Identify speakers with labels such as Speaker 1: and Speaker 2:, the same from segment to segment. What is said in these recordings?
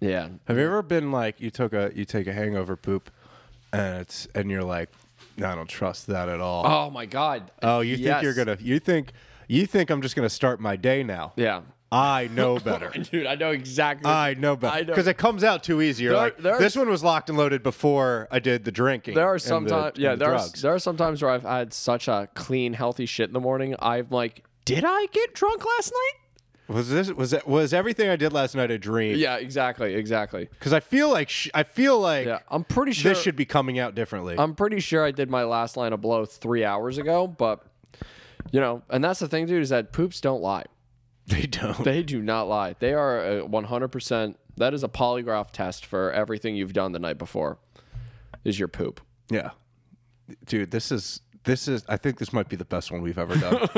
Speaker 1: Yeah.
Speaker 2: Have you ever been like you took a you take a hangover poop, and it's and you're like, I don't trust that at all.
Speaker 1: Oh my God.
Speaker 2: oh, you
Speaker 1: Yes.
Speaker 2: think you're gonna you think you think I'm just gonna start my day now?
Speaker 1: Yeah.
Speaker 2: I know better.
Speaker 1: Dude, I know exactly.
Speaker 2: I know
Speaker 1: I
Speaker 2: better
Speaker 1: know.
Speaker 2: because it comes out too easy. You're
Speaker 1: There are-
Speaker 2: like,
Speaker 1: there are-
Speaker 2: this one was locked and loaded before I did the drinking.
Speaker 1: There are
Speaker 2: and
Speaker 1: some
Speaker 2: the-
Speaker 1: times, yeah.
Speaker 2: and the
Speaker 1: There are,
Speaker 2: drugs.
Speaker 1: there are some times where I've had such a clean, healthy shit in the morning. I'm like, did I get drunk last night?
Speaker 2: was this was that, was everything I did last night a dream?
Speaker 1: Yeah, exactly, exactly.
Speaker 2: Because I feel like sh- I feel like
Speaker 1: Yeah, I'm pretty sure. Um,
Speaker 2: this should be coming out differently.
Speaker 1: I'm pretty sure I did my last line of blow three hours ago, but you know, and that's the thing, dude, is that poops don't lie.
Speaker 2: they don't.
Speaker 1: They do not lie. They are uh, 100%. That is a polygraph test for everything you've done the night before. Is your poop?
Speaker 2: Yeah. Dude, this is this is I think this might be the best one we've ever done.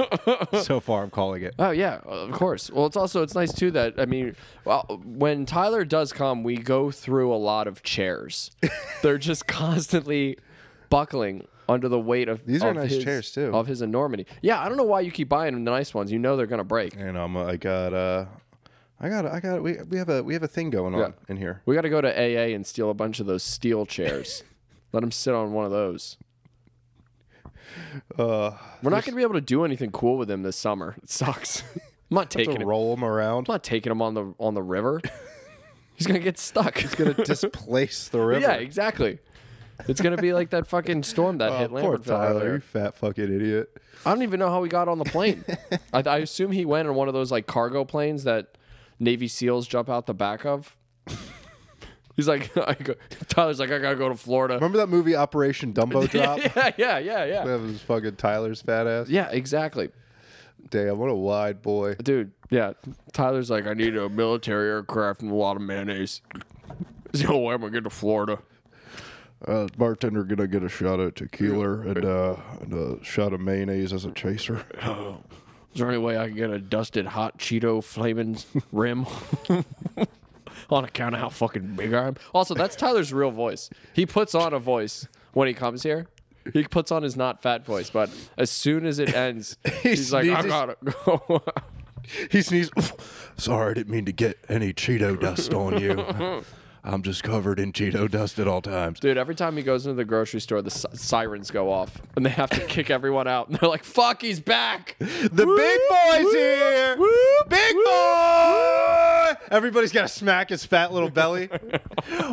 Speaker 2: so far I'm calling it.
Speaker 1: Oh yeah, of course. Well, it's also it's nice too that I mean, well, when Tyler does come, we go through a lot of chairs. They're just constantly buckling under the weight of
Speaker 2: These are
Speaker 1: of
Speaker 2: nice
Speaker 1: his-
Speaker 2: chairs, too.
Speaker 1: of his enormity. Yeah, I don't know why you keep buying him the nice ones. You know they're gonna break.
Speaker 2: And um, I got uh I got I got we we have a we have a thing going on in here.
Speaker 1: We got to go to AA and steal a bunch of those steel chairs. Let him sit on one of those.
Speaker 2: Uh
Speaker 1: We're not gonna be able to do anything cool with him this summer. It sucks. I'm not
Speaker 2: to
Speaker 1: taking him. I'm
Speaker 2: roll them around.
Speaker 1: not taking him on the on the river. He's gonna get stuck. He's
Speaker 2: gonna displace the river.
Speaker 1: Yeah, exactly. It's gonna be like that fucking storm that
Speaker 2: Oh,
Speaker 1: hit
Speaker 2: poor
Speaker 1: Lambertville
Speaker 2: Tyler, you
Speaker 1: earlier.
Speaker 2: fat fucking idiot.
Speaker 1: I don't even know how he got on the plane. I, I assume he went on one of those like cargo planes that Navy SEALs jump out the back of. He's like, I go, Tyler's like, I gotta go to Florida.
Speaker 2: Remember that movie Operation Dumbo Drop?
Speaker 1: Yeah, yeah, yeah, yeah.
Speaker 2: That was fucking Tyler's fat ass.
Speaker 1: Yeah, exactly,
Speaker 2: Damn, what a wide boy.
Speaker 1: dude. Yeah, Tyler's like, I need a military aircraft and a lot of mayonnaise. He's like, oh, I'm gonna get to Florida.
Speaker 2: Uh, bartender gonna get a shot of tequila and, uh, and a shot of mayonnaise as a chaser.
Speaker 1: Is there any way I can get a dusted hot Cheeto flaming rim? on account of how fucking big I am. Also, that's Tyler's real voice. He puts on a voice when he comes here. He puts on his not fat voice, but as soon as it ends, he's like, I
Speaker 2: sneezes.
Speaker 1: gotta go.
Speaker 2: He sneezed. Sorry, I didn't mean to get any Cheeto dust on you. I'm just covered in Cheeto dust at all times.
Speaker 1: Dude, every time he goes into the grocery store, the si- sirens go off and they have to kick everyone out. And they're like, fuck, he's back.
Speaker 2: The big boy's here! big boy! Everybody's got to smack his fat little belly.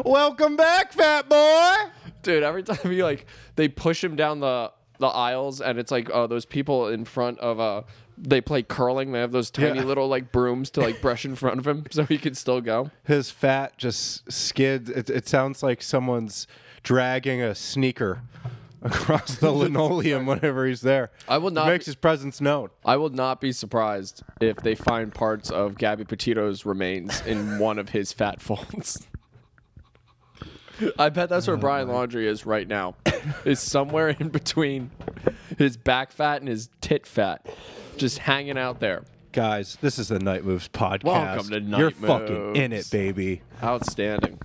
Speaker 2: Welcome back, fat boy!
Speaker 1: Dude, every time he like they push him down the the aisles and it's like uh, those people in front of uh they play curling, they have those tiny
Speaker 2: Yeah.
Speaker 1: little like brooms to like brush in front of him so he can still go.
Speaker 2: His fat just skids. It, it sounds like someone's dragging a sneaker across the linoleum whenever he's there.
Speaker 1: I will
Speaker 2: It
Speaker 1: not-
Speaker 2: makes his presence known.
Speaker 1: I will not be surprised if they find parts of Gabby Petito's remains in one of his fat folds. I bet that's where Brian Laundry is right now. is somewhere in between his back fat and his tit fat. Just hanging out there.
Speaker 2: Guys, this is the Night Moves podcast.
Speaker 1: Welcome to Night
Speaker 2: You're fucking
Speaker 1: Moves.
Speaker 2: in it, baby.
Speaker 1: Outstanding.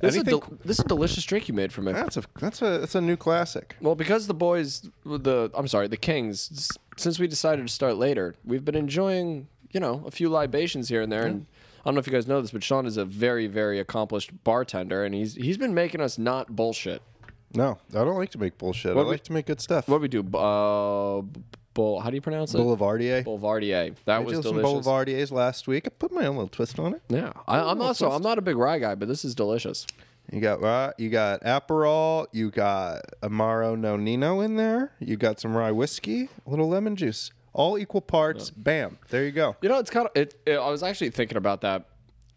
Speaker 1: This is, a
Speaker 2: Anything-
Speaker 1: del- this is a delicious drink you made for me.
Speaker 2: That's a that's a that's a new classic.
Speaker 1: Well, because the boys, the I'm sorry, the Kings, s- since we decided to start later, we've been enjoying, you know, a few libations here and there. And I don't know if you guys know this, but Sean is a very, very accomplished bartender, and he's he's been making us not bullshit.
Speaker 2: No, I don't like to make bullshit. I
Speaker 1: we-
Speaker 2: like to make good stuff.
Speaker 1: What do we do? Bu- Uh, bull, how do you pronounce it?
Speaker 2: Boulevardier.
Speaker 1: Boulevardier. That
Speaker 2: I
Speaker 1: was
Speaker 2: did some
Speaker 1: delicious.
Speaker 2: Boulevardiers last week. I put my own little twist on it.
Speaker 1: yeah, I, I'm also I'm not a big rye guy, but this is delicious.
Speaker 2: You got rye, you got Aperol, you got Amaro Nonino in there. You got some rye whiskey, a little lemon juice, all equal parts. Bam, there you go.
Speaker 1: You know, it's kind of. It, it- I was actually thinking about that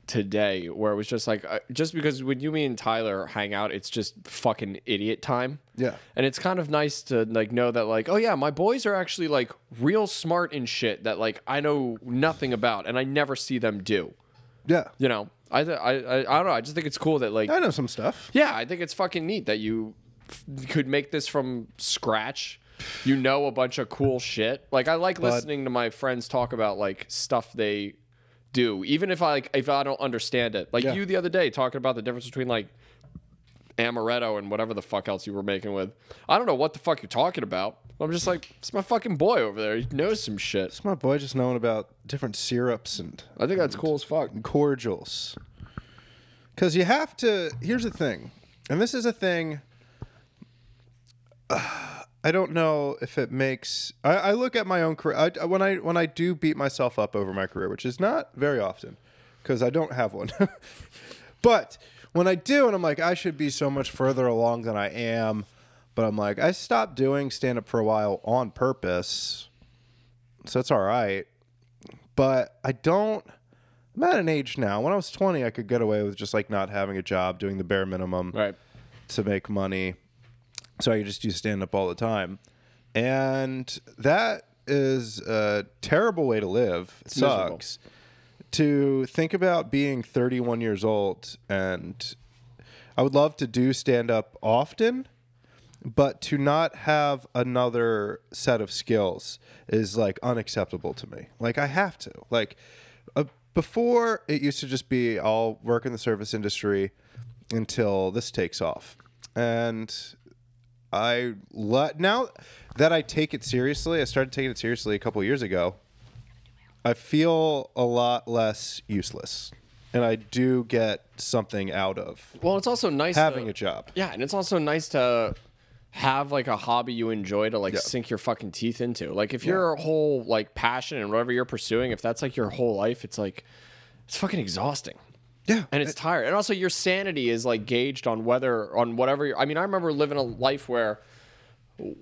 Speaker 1: today, where it was just like, uh, just because when you, me, and Tyler hang out, it's just fucking idiot time.
Speaker 2: Yeah.
Speaker 1: And it's kind of nice to like know that, like, oh yeah, my boys are actually like real smart and shit that like I know nothing about, and I never see them do.
Speaker 2: Yeah,
Speaker 1: You know, I th- I, I I don't know. I just think it's cool that like,
Speaker 2: I know some stuff.
Speaker 1: yeah, I think it's fucking neat that you f- could make this from scratch. You know a bunch of cool shit. Like I like listening to my friends talk about like stuff they do, even if I like if I don't understand it. Like
Speaker 2: Yeah.
Speaker 1: you the other day talking about the difference between like amaretto and whatever the fuck else you were making with. I don't know what the fuck you're talking about. I'm just like it's my fucking boy over there. He knows some shit.
Speaker 2: It's my boy just knowing about different syrups and
Speaker 1: I think that's cool as fuck.
Speaker 2: cordials. Because you have to. Here's the thing, and this is a thing. uh, I don't know if it makes. I, I look at my own career I, when I when I do beat myself up over my career, which is not very often, because I don't have one. but when I do, and I'm like, I should be so much further along than I am. But I'm like, I stopped doing stand up for a while on purpose, so it's all right. But I don't. I'm at an age now. When I was 20, I could get away with just like not having a job, doing the bare minimum
Speaker 1: Right.
Speaker 2: to make money. So I could just do stand up all the time. And that is a terrible way to live. It
Speaker 1: miserable.
Speaker 2: sucks. To think about being 31 years old and I would love to do stand up often, but to not have another set of skills is like unacceptable to me. Like I have to. Like uh, before it used to just be I'll work in the service industry until this takes off. And I let now that I take it seriously, I started taking it seriously a couple years ago. I feel a lot less useless. And I do get something out of
Speaker 1: Well, it's also nice
Speaker 2: having
Speaker 1: to,
Speaker 2: a job.
Speaker 1: Yeah, and it's also nice to have like a hobby you enjoy to like sink your fucking teeth into. Like if your whole like passion and whatever you're pursuing, if that's like your whole life, it's like it's fucking exhausting.
Speaker 2: Yeah.
Speaker 1: And it's tired. And also your sanity is like gauged on whether on whatever you're, I mean, I remember living a life where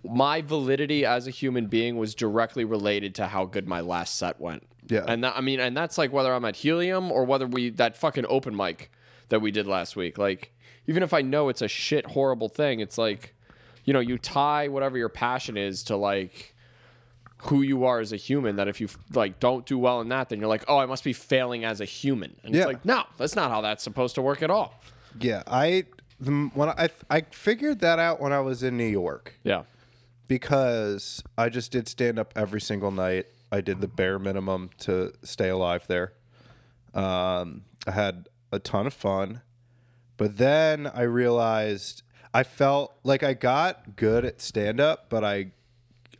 Speaker 1: my validity as a human being was directly related to how good my last set went.
Speaker 2: Yeah.
Speaker 1: And that, I mean, and that's like whether I'm at Helium or whether we that fucking open mic that we did last week. Like, even if I know it's a shit horrible thing, it's like, you know, you tie whatever your passion is to like who you are as a human. That if you like don't do well in that, then you're like, oh, I must be failing as a human. And
Speaker 2: Yeah.
Speaker 1: it's like, no, that's not how that's supposed to work at all.
Speaker 2: Yeah, I the, when I I figured that out when I was in New York
Speaker 1: Yeah.
Speaker 2: because I just did stand up every single night. I did the bare minimum to stay alive there. Um, I had a ton of fun, but then I realized I felt like I got good at stand up, but I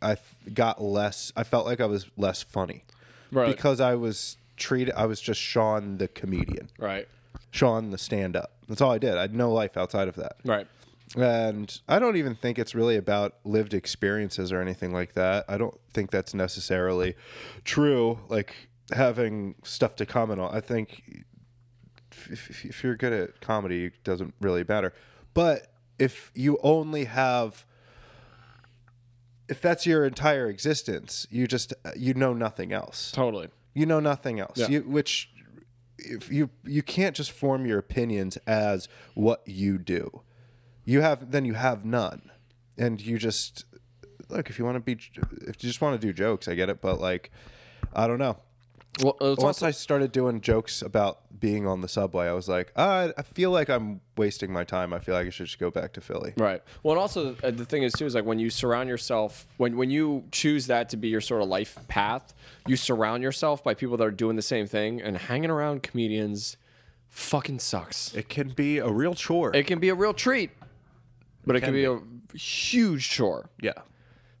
Speaker 2: I got less. I felt like I was less funny
Speaker 1: Right.
Speaker 2: because I was treated. I was just Sean the comedian,
Speaker 1: right.
Speaker 2: Sean the stand up. That's all I did. I had no life outside of that.
Speaker 1: Right.
Speaker 2: And I don't even think it's really about lived experiences or anything like that. I don't think that's necessarily true, like having stuff to comment on. I think if, if, if you're good at comedy, it doesn't really matter. But if you only have, if that's your entire existence, you just, you know nothing else.
Speaker 1: Totally.
Speaker 2: You know nothing else.
Speaker 1: Yeah.
Speaker 2: You, which, if you you can't just form your opinions as what you do. You have then you have none, and you just look if you want to be if you just want to do jokes. I get it, but like I don't know.
Speaker 1: Well, it's
Speaker 2: Once I started doing jokes about being on the subway, I was like, ah, I feel like I'm wasting my time. I feel like I should just go back to Philly.
Speaker 1: Right. Well, and also uh, the thing is too is like when you surround yourself when when you choose that to be your sort of life path, you surround yourself by people that are doing the same thing and hanging around comedians fucking sucks.
Speaker 3: It can be a real chore.
Speaker 1: It can be a real treat, but it can, be, a huge chore.
Speaker 3: yeah.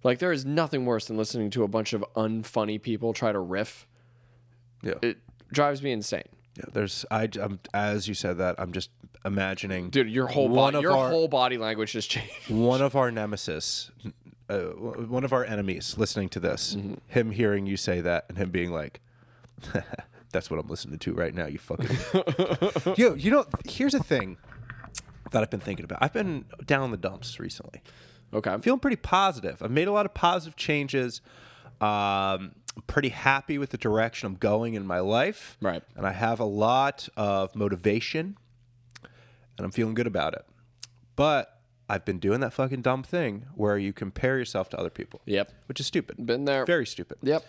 Speaker 1: Like there is nothing worse than listening to a bunch of unfunny people try to riff.
Speaker 3: Yeah.
Speaker 1: It drives me insane.
Speaker 3: yeah.
Speaker 2: There's I am as you said that I'm just imagining
Speaker 1: Dude, your whole
Speaker 2: One
Speaker 1: body,
Speaker 2: of
Speaker 1: your
Speaker 2: our-
Speaker 1: whole body language just changed.
Speaker 2: one of our nemesis, uh, w- one of our enemies, listening to this, him hearing you say that, and him being like, "That's what I'm listening to right now." You fucking. Yo, you know, here's a thing that I've been thinking about. I've been down in the dumps recently.
Speaker 1: Okay.
Speaker 2: I'm feeling pretty positive. I've made a lot of positive changes. Um, I'm pretty happy with the direction I'm going in my life.
Speaker 1: Right.
Speaker 2: And I have a lot of motivation and I'm feeling good about it. But I've been doing that fucking dumb thing where you compare yourself to other people.
Speaker 1: Yep.
Speaker 2: Which is stupid.
Speaker 1: Been there.
Speaker 2: Very stupid.
Speaker 1: Yep.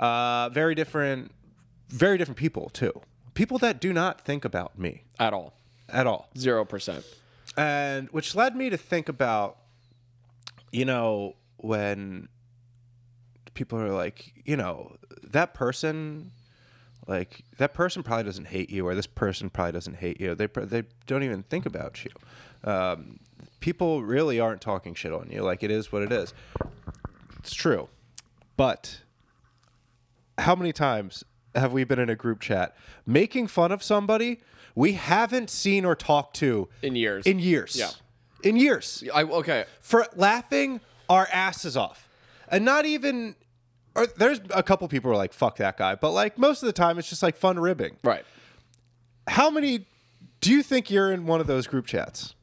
Speaker 2: Uh, very different, very different people too. People that do not think about me
Speaker 1: At all.
Speaker 2: at all
Speaker 1: Zero percent.
Speaker 2: and which led me to think about you know when people are like you know that person like that person probably doesn't hate you or this person probably doesn't hate you they pr- they don't even think about you um, people really aren't talking shit on you like it is what it is it's true but how many times have we been in a group chat making fun of somebody we haven't seen or talked to
Speaker 1: In years.
Speaker 2: In years.
Speaker 1: Yeah.
Speaker 2: In years.
Speaker 1: I okay.
Speaker 2: For laughing our asses off. And not even or there's a couple people who are like, fuck that guy. But like most of the time it's just like fun ribbing.
Speaker 1: Right.
Speaker 2: How many do you think you're in one of those group chats?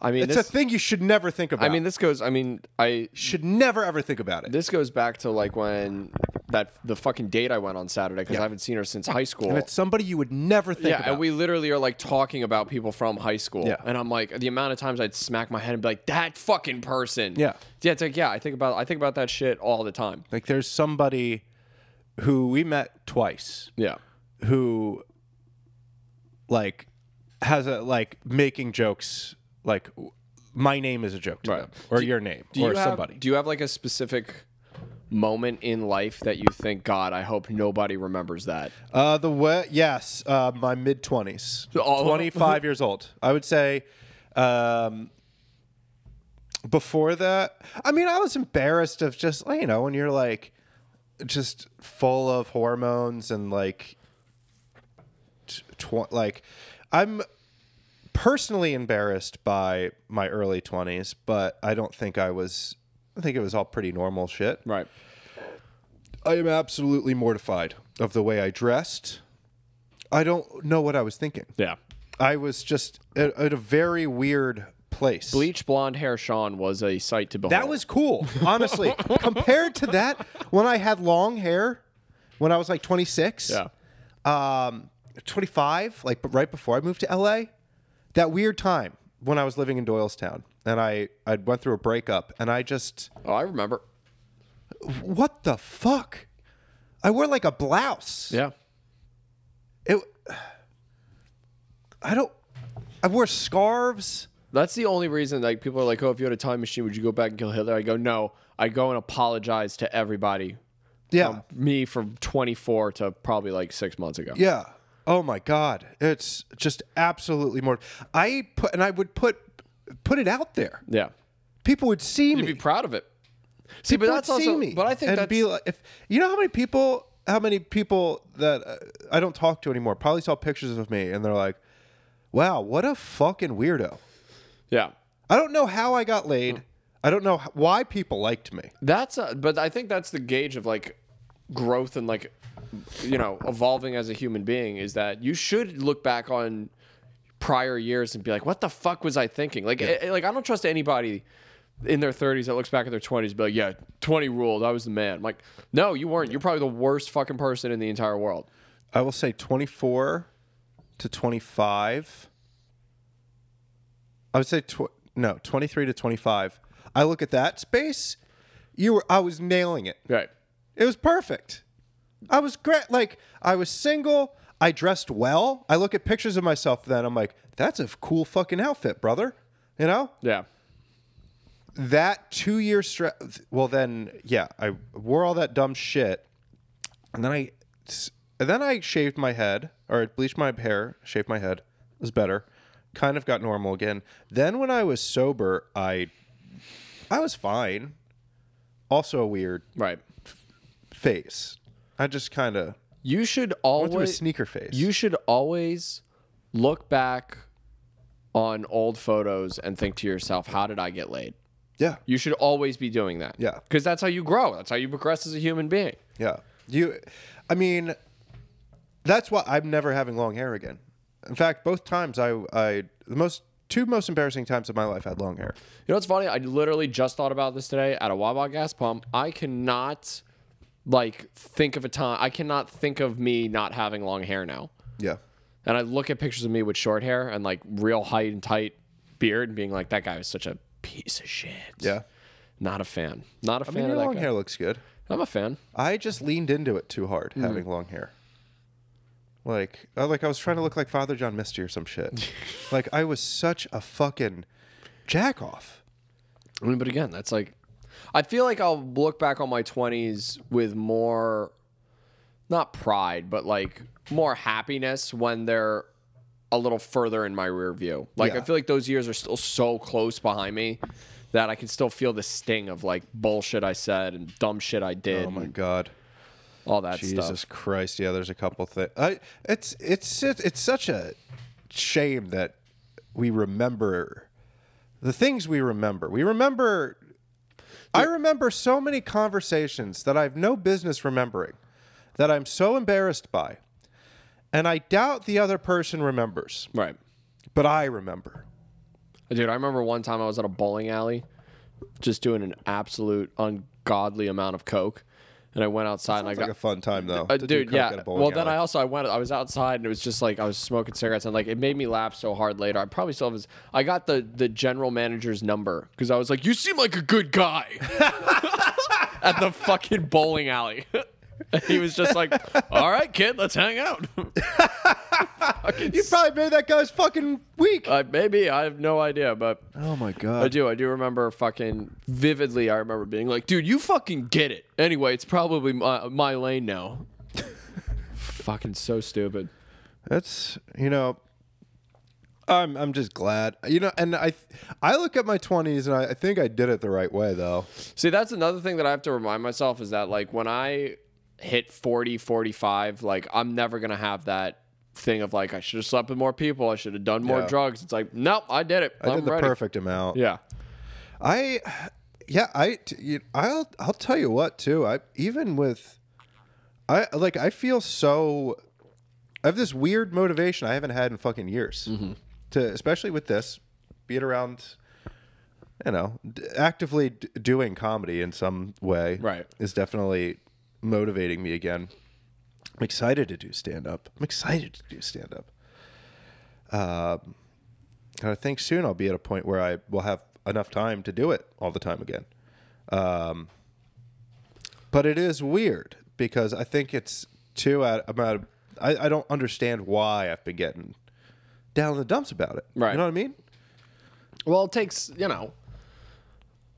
Speaker 1: I mean,
Speaker 2: It's
Speaker 1: this,
Speaker 2: a thing you should never think about.
Speaker 1: I mean, this goes. I mean, I
Speaker 2: should never ever think about it.
Speaker 1: this goes back to like when that the fucking date I went on Saturday because I haven't seen her since high school.
Speaker 2: And it's somebody you would never think
Speaker 1: yeah,
Speaker 2: about.
Speaker 1: and we literally are like talking about people from high school.
Speaker 2: Yeah.
Speaker 1: And I'm like, the amount of times I'd smack my head and be like, that fucking person.
Speaker 2: Yeah.
Speaker 1: Yeah, it's like, yeah, I think about I think about that shit all the time.
Speaker 2: Like there's somebody who we met twice
Speaker 1: Yeah.
Speaker 2: who like has a like making jokes like w- my name is a joke to
Speaker 1: Right.
Speaker 2: them or your name
Speaker 1: Do
Speaker 2: or
Speaker 1: you have-
Speaker 2: somebody.
Speaker 1: Do you have like a specific moment in life that you think, God, I hope nobody remembers that?
Speaker 2: Uh, the way, yes, uh, my mid twenties,
Speaker 1: all of 'em?
Speaker 2: twenty five years old. I would say, um, before that, I mean, I was embarrassed of just you know when you're like, just full of hormones and like, t- tw- like, I'm personally embarrassed by my early twenties, but I don't think I was. I think it was all pretty normal shit.
Speaker 1: Right.
Speaker 2: I am absolutely mortified of the way I dressed. I don't know what I was thinking.
Speaker 1: Yeah.
Speaker 2: I was just at, at a very weird place.
Speaker 1: Bleach blonde hair Sean was a sight to behold.
Speaker 2: That was cool, honestly. Compared to that, when I had long hair, when I was like 26,
Speaker 1: Yeah.
Speaker 2: um, 25, like b- right before I moved to LA, that weird time when I was living in Doylestown and I I went through a breakup and I just
Speaker 1: Oh, I remember.
Speaker 2: what the fuck? I wore like a blouse.
Speaker 1: Yeah.
Speaker 2: It. I don't. I wore scarves.
Speaker 1: That's the only reason like people are like, oh, if you had a time machine, would you go back and kill Hitler? I go, no. I go and apologize to everybody.
Speaker 2: Yeah.
Speaker 1: Me from 24 to probably like six months ago.
Speaker 2: yeah. Oh my god. It's just absolutely more. I put and I would put put it out there.
Speaker 1: Yeah.
Speaker 2: People would see
Speaker 1: You'd
Speaker 2: me.
Speaker 1: be proud of it. See, but
Speaker 2: People
Speaker 1: that's
Speaker 2: would
Speaker 1: also.
Speaker 2: see me.
Speaker 1: But I think
Speaker 2: and
Speaker 1: that's
Speaker 2: be like, if you know how many people, how many people that uh, I don't talk to anymore probably saw pictures of me and they're like, "Wow, what a fucking weirdo."
Speaker 1: yeah.
Speaker 2: I don't know how I got
Speaker 1: Mm.
Speaker 2: laid. I don't know h- why people liked me.
Speaker 1: That's a, but I think that's the gauge of like growth and like you know evolving as a human being is that you should look back on prior years and be like, what the fuck was I thinking? Like, eh, like I don't trust anybody in their 30s that looks back at their 20s, but like, yeah, 20 ruled. I was the man. I'm like, no, you weren't. You're probably the worst fucking person in the entire world.
Speaker 2: I will say 24 to 25. I would say tw- no, 23 to 25. I look at that space. You were I was nailing it.
Speaker 1: Right.
Speaker 2: It was perfect. I was great. Like I was single. I dressed well. I look at pictures of myself then. I'm like, that's a cool fucking outfit, brother. You know?
Speaker 1: Yeah.
Speaker 2: that two year stretch. Well, then yeah, I wore all that dumb shit, and then I, and then I shaved my head or I bleached my hair, shaved my head. It was better. Kind of got normal again. Then when I was sober, I, I was fine. Also a weird
Speaker 1: Right.
Speaker 2: phase. I just kind of
Speaker 1: You should
Speaker 2: went through a
Speaker 1: always
Speaker 2: sneaker phase.
Speaker 1: You should always look back on old photos and think to yourself, how did I get laid?
Speaker 2: yeah,
Speaker 1: You should always be doing that.
Speaker 2: Yeah.
Speaker 1: Because that's how you grow. That's how you progress as a human being.
Speaker 2: yeah. You, I mean, that's why I'm never having long hair again. In fact, both times I, I the most two most embarrassing times of my life I had long hair.
Speaker 1: You know what's funny? I literally just thought about this today at a Wawa gas pump. I cannot like think of a time I cannot think of me not having long hair now.
Speaker 2: Yeah,
Speaker 1: And I look at pictures of me with short hair and like real height and tight beard and being like, that guy was such a piece of shit.
Speaker 2: yeah.
Speaker 1: Not a fan. Not a
Speaker 2: I
Speaker 1: fan
Speaker 2: mean, your
Speaker 1: of that
Speaker 2: long
Speaker 1: guy.
Speaker 2: hair looks good.
Speaker 1: I'm a fan.
Speaker 2: I just leaned into it too hard
Speaker 1: Hmm.
Speaker 2: having long hair. Like, I, like I was trying to look like Father John Misty or some shit. like I was such a fucking jack off.
Speaker 1: I mean, but again, that's like, I feel like I'll look back on my 20s with more, not pride, but like more happiness when they're a little further in my rear view. Like, I
Speaker 2: Yeah.
Speaker 1: feel like those years are still so close behind me that I can still feel the sting of like bullshit I said and dumb shit I did.
Speaker 2: Oh my god.
Speaker 1: all that
Speaker 2: Oh Jesus
Speaker 1: stuff.
Speaker 2: Christ! Yeah, there's a couple things. I it's it's it- it's such a shame that we remember the things we remember. We remember. I remember so many conversations that I have no business remembering, that I'm so embarrassed by, and I doubt the other person remembers,
Speaker 1: Right.
Speaker 2: but I remember.
Speaker 1: Dude, I remember one time I was at a bowling alley just doing an absolute ungodly amount of coke. And I went outside and I
Speaker 2: It's
Speaker 1: got
Speaker 2: like a fun time though,
Speaker 1: Uh,
Speaker 2: to do
Speaker 1: dude,
Speaker 2: coke
Speaker 1: yeah.
Speaker 2: at a bowling
Speaker 1: Well, then I
Speaker 2: alley.
Speaker 1: also I went. I was outside and it was just like I was smoking cigarettes and like it made me laugh so hard later. I probably still have his. I got the the general manager's number because I was like, "You seem like a good guy," at the fucking bowling alley. And he was just like, "All right, kid, let's hang out."
Speaker 2: you probably made that guy's fucking week.
Speaker 1: uh, maybe I have no idea, but
Speaker 2: oh my god!
Speaker 1: I do. I do remember fucking vividly. I remember being like, "Dude, you fucking get it." Anyway, it's probably my, my lane now. fucking so stupid.
Speaker 2: That's you know, I'm I'm just glad you know, and I I look at my 20s and I, I think I did it the right way though.
Speaker 1: See, that's another thing that I have to remind myself is that like when I hit 40, 45, like I'm never going to have that thing of like I should have slept with more people, I should have done more
Speaker 2: Yeah.
Speaker 1: drugs. It's like, nope, I did it.
Speaker 2: I
Speaker 1: am
Speaker 2: did the
Speaker 1: ready.
Speaker 2: perfect amount.
Speaker 1: Yeah.
Speaker 2: I yeah I t- you- I'll I'll tell you what too. I even with I like I feel so I have this weird motivation I haven't had in fucking years to especially with this be it around you know d- actively d- doing comedy in some way
Speaker 1: Right.
Speaker 2: is definitely motivating me again. I'm excited to do stand up. I'm excited to do stand up. And I think soon I'll be at a point where I will have enough time to do it all the time again. Um, but it is weird because I think it's too out. I'm out of, I, I don't understand why I've been getting down in the dumps about it.
Speaker 1: Right.
Speaker 2: You know what I mean?
Speaker 1: Well, it takes, you know,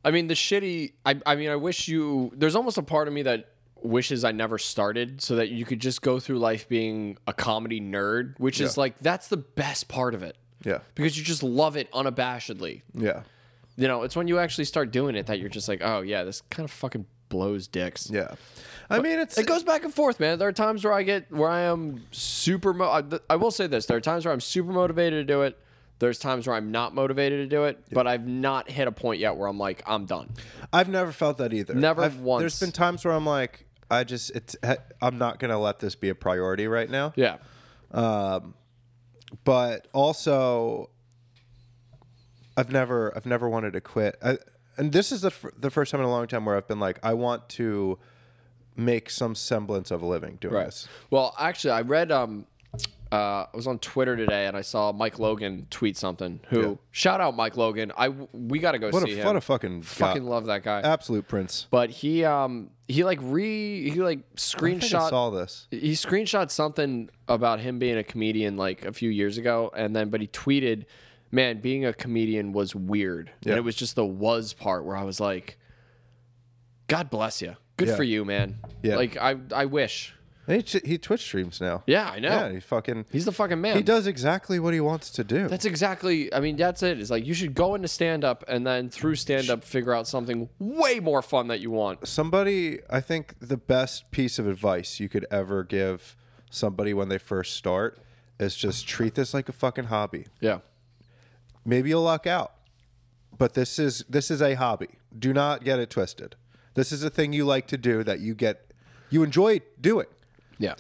Speaker 1: I mean, the shitty, I, I mean, I wish you, there's almost a part of me that wishes I never started so that you could just go through life being a comedy nerd, which is
Speaker 2: Yeah.
Speaker 1: like, that's the best part of it.
Speaker 2: Yeah.
Speaker 1: Because you just love it unabashedly.
Speaker 2: Yeah.
Speaker 1: you know, it's when you actually start doing it that you're just like, oh yeah, this kind of fucking blows dicks.
Speaker 2: Yeah. I mean, it's
Speaker 1: It goes back and forth, man. There are times where I get where I am super. Mo- I, th- I will say this: there are times where I'm super motivated to do it. There's times where I'm not motivated to do it, but I've not hit a point yet where I'm like, I'm done.
Speaker 2: I've never felt that either.
Speaker 1: Never
Speaker 2: I've,
Speaker 1: once.
Speaker 2: There's been times where I'm like, I just it's I'm not gonna let this be a priority right now.
Speaker 1: Yeah,
Speaker 2: but also I've never I've never wanted to quit. I, and this is the fir- the first time in a long time where I've been like I want to make some semblance of a living doing this.
Speaker 1: Well, actually, I read. Um, uh, I was on Twitter today and I saw Mike Logan tweet something. Who shout out Mike Logan? I we got to go
Speaker 2: What
Speaker 1: see
Speaker 2: a Uh,
Speaker 1: him.
Speaker 2: what a fucking
Speaker 1: fucking
Speaker 2: god.
Speaker 1: love that guy.
Speaker 2: absolute prince.
Speaker 1: but he um he like re he like
Speaker 2: I think I
Speaker 1: screenshot
Speaker 2: saw this.
Speaker 1: he screenshot something about him being a comedian like a few years ago and then but he tweeted man being a comedian was weird
Speaker 2: Yeah.
Speaker 1: and it was just the was part where i was like god bless you good
Speaker 2: Yeah.
Speaker 1: for you man
Speaker 2: Yeah.
Speaker 1: like i i wish
Speaker 2: And he, he Twitch streams now.
Speaker 1: yeah i know
Speaker 2: yeah. He fucking
Speaker 1: he's the fucking man
Speaker 2: he does exactly what he wants to do.
Speaker 1: that's exactly i mean that's it it's like you should go into stand up and then through stand up figure out something way more fun that you want
Speaker 2: somebody i think the best piece of advice you could ever give somebody when they first start is just treat this like a fucking hobby
Speaker 1: yeah
Speaker 2: maybe you'll luck out but this is this is a hobby do not get it twisted this is a thing you like to do that you get you enjoy doing
Speaker 1: yeah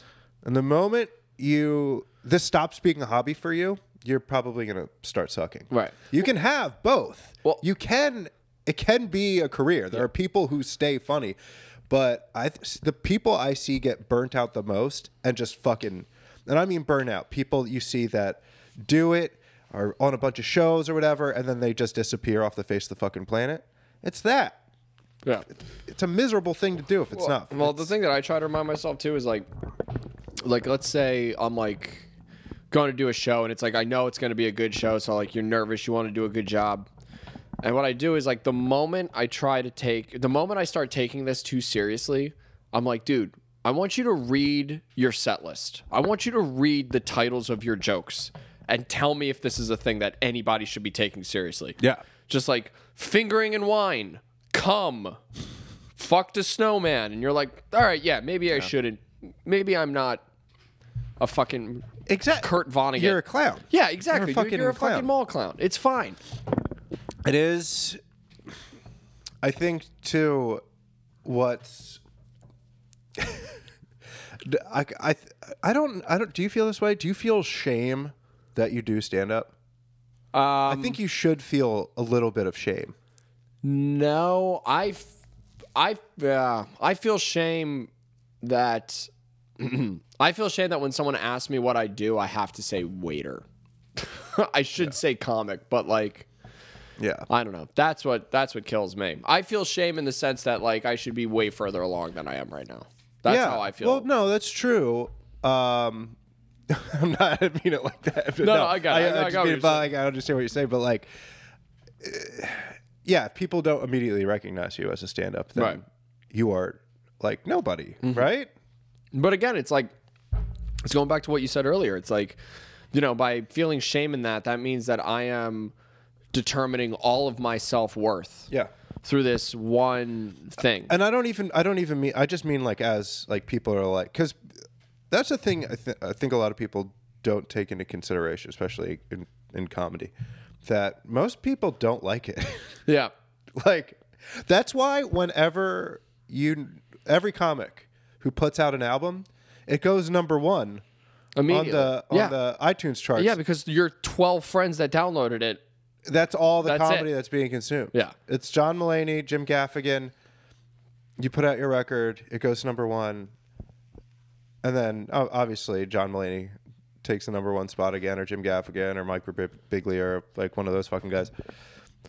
Speaker 2: and the moment you this stops being a hobby for you you're probably going to start sucking
Speaker 1: Right.
Speaker 2: you can have both
Speaker 1: Well-
Speaker 2: you can it can be a career there are people who stay funny but i th- the people i see get burnt out the most and just fucking and i mean burnout people you see that do it are on a bunch of shows or whatever and then they just disappear off the face of the fucking planet it's that
Speaker 1: yeah
Speaker 2: it's a miserable thing to do if it's not
Speaker 1: Well, the thing that I try to remind myself too is like, like let's say I'm like going to do a show and it's like I know it's going to be a good show, so like you're nervous, you want to do a good job, and what I do is like the moment I try to take the moment I start taking this too seriously, I'm like, dude, I want you to read your set list. I want you to read the titles of your jokes and tell me if this is a thing that anybody should be taking seriously.
Speaker 3: Yeah.
Speaker 1: Just like fingering and wine, come fucked a snowman, and you're like, all right, yeah, maybe I shouldn't. Maybe I'm not a fucking
Speaker 2: Exactly.
Speaker 1: Kurt Vonnegut.
Speaker 2: You're a clown.
Speaker 1: Yeah, exactly. You're,
Speaker 2: fucking
Speaker 1: you're a
Speaker 2: clown.
Speaker 1: fucking mall clown. It's fine.
Speaker 2: It is. I think too. What's D- I, I I don't I don't. Do you feel this way? Do you feel shame that you do stand up?
Speaker 1: Um,
Speaker 2: I think you should feel a little bit of shame.
Speaker 1: No, I, f- I, uh, I feel shame that I feel shame that when someone asks me what I do, I have to say waiter. I should say comic, but like
Speaker 2: Yeah.
Speaker 1: I don't know. That's what that's what kills me. I feel shame in the sense that like I should be way further along than I am right now. That's
Speaker 2: yeah.
Speaker 1: how I feel.
Speaker 2: Well, no, that's true. Um, I'm not. I didn't mean it like that. No,
Speaker 1: no, I got it. I- I
Speaker 2: just
Speaker 1: got what
Speaker 2: mean
Speaker 1: you're
Speaker 2: it, but, like, I understand what you're saying, but like, uh, yeah, if people don't immediately recognize you as a stand-up, then
Speaker 1: Right. Mm-hmm.
Speaker 2: you are like nobody, right?
Speaker 1: But again, it's like it's going back to what you said earlier. It's like, you know, by feeling shame in that, that means that I am determining all of my self worth.
Speaker 2: Yeah.
Speaker 1: Through this one thing.
Speaker 2: And I don't even. I don't even mean. I just mean like as like people are like because that's the thing. I, th- I think a lot of people don't take into consideration, especially in in comedy, that most people don't like it.
Speaker 1: yeah.
Speaker 2: like that's why whenever you every comic who puts out an album it goes number one on
Speaker 1: Immediately.
Speaker 2: the on
Speaker 1: yeah.
Speaker 2: the itunes charts
Speaker 1: yeah, because your 12 friends that downloaded it.
Speaker 2: that's all the
Speaker 1: That's it.
Speaker 2: comedy that's being consumed
Speaker 1: Yeah.
Speaker 2: it's john mullaney jim gaffigan you put out your record it goes number one and then o- obviously john mullaney takes the number one spot again or jim gaffigan or mike bigley or like one of those fucking guys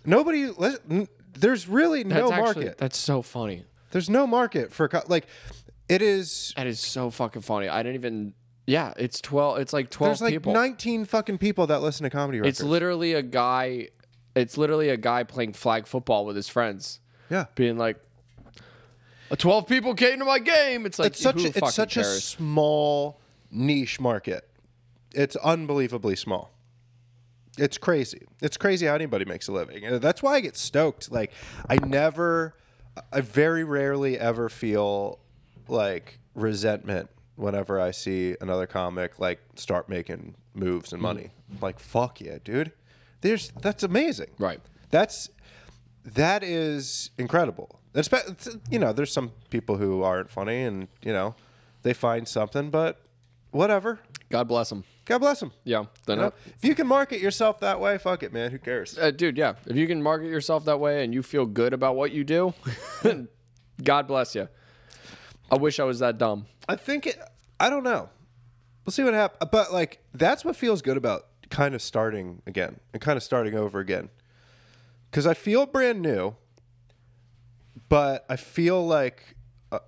Speaker 2: nobody let- n- there's really
Speaker 1: That's
Speaker 2: no
Speaker 1: actually,
Speaker 2: market
Speaker 1: That's so funny.
Speaker 2: There's no market for co- like it is.
Speaker 1: That is so fucking funny. I didn't even. Yeah, it's 12. It's like 12
Speaker 2: There's like
Speaker 1: people.
Speaker 2: 19 fucking people that listen to comedy records.
Speaker 1: It's literally a guy. It's literally a guy playing flag football with his friends.
Speaker 2: yeah.
Speaker 1: being like, twelve people came to my game. It's like
Speaker 2: It's such
Speaker 1: who
Speaker 2: a,
Speaker 1: fucking
Speaker 2: it's such a
Speaker 1: cares?
Speaker 2: small niche market. It's unbelievably small. It's crazy. It's crazy how anybody makes a living. Uh, That's why I get stoked. Like I never, I very rarely ever feel like resentment whenever I see another comic like start making moves and money. Like fuck yeah, dude. There's that's amazing.
Speaker 1: Right.
Speaker 2: That's that is incredible. That's ba- it's- you know, there's some people who aren't funny, and you know, they find something, but whatever.
Speaker 1: God bless them.
Speaker 2: God bless them.
Speaker 1: Yeah, they're not-
Speaker 2: if you can market yourself that way, fuck it, man. Who cares?
Speaker 1: Uh, dude. Yeah, if you can market yourself that way and you feel good about what you do, God bless you. I wish I was that dumb.
Speaker 2: I think it. I don't know. We'll see what happens. But like, that's what feels good about kind of starting again and kind of starting over again. Because I feel brand new, but I feel like uh,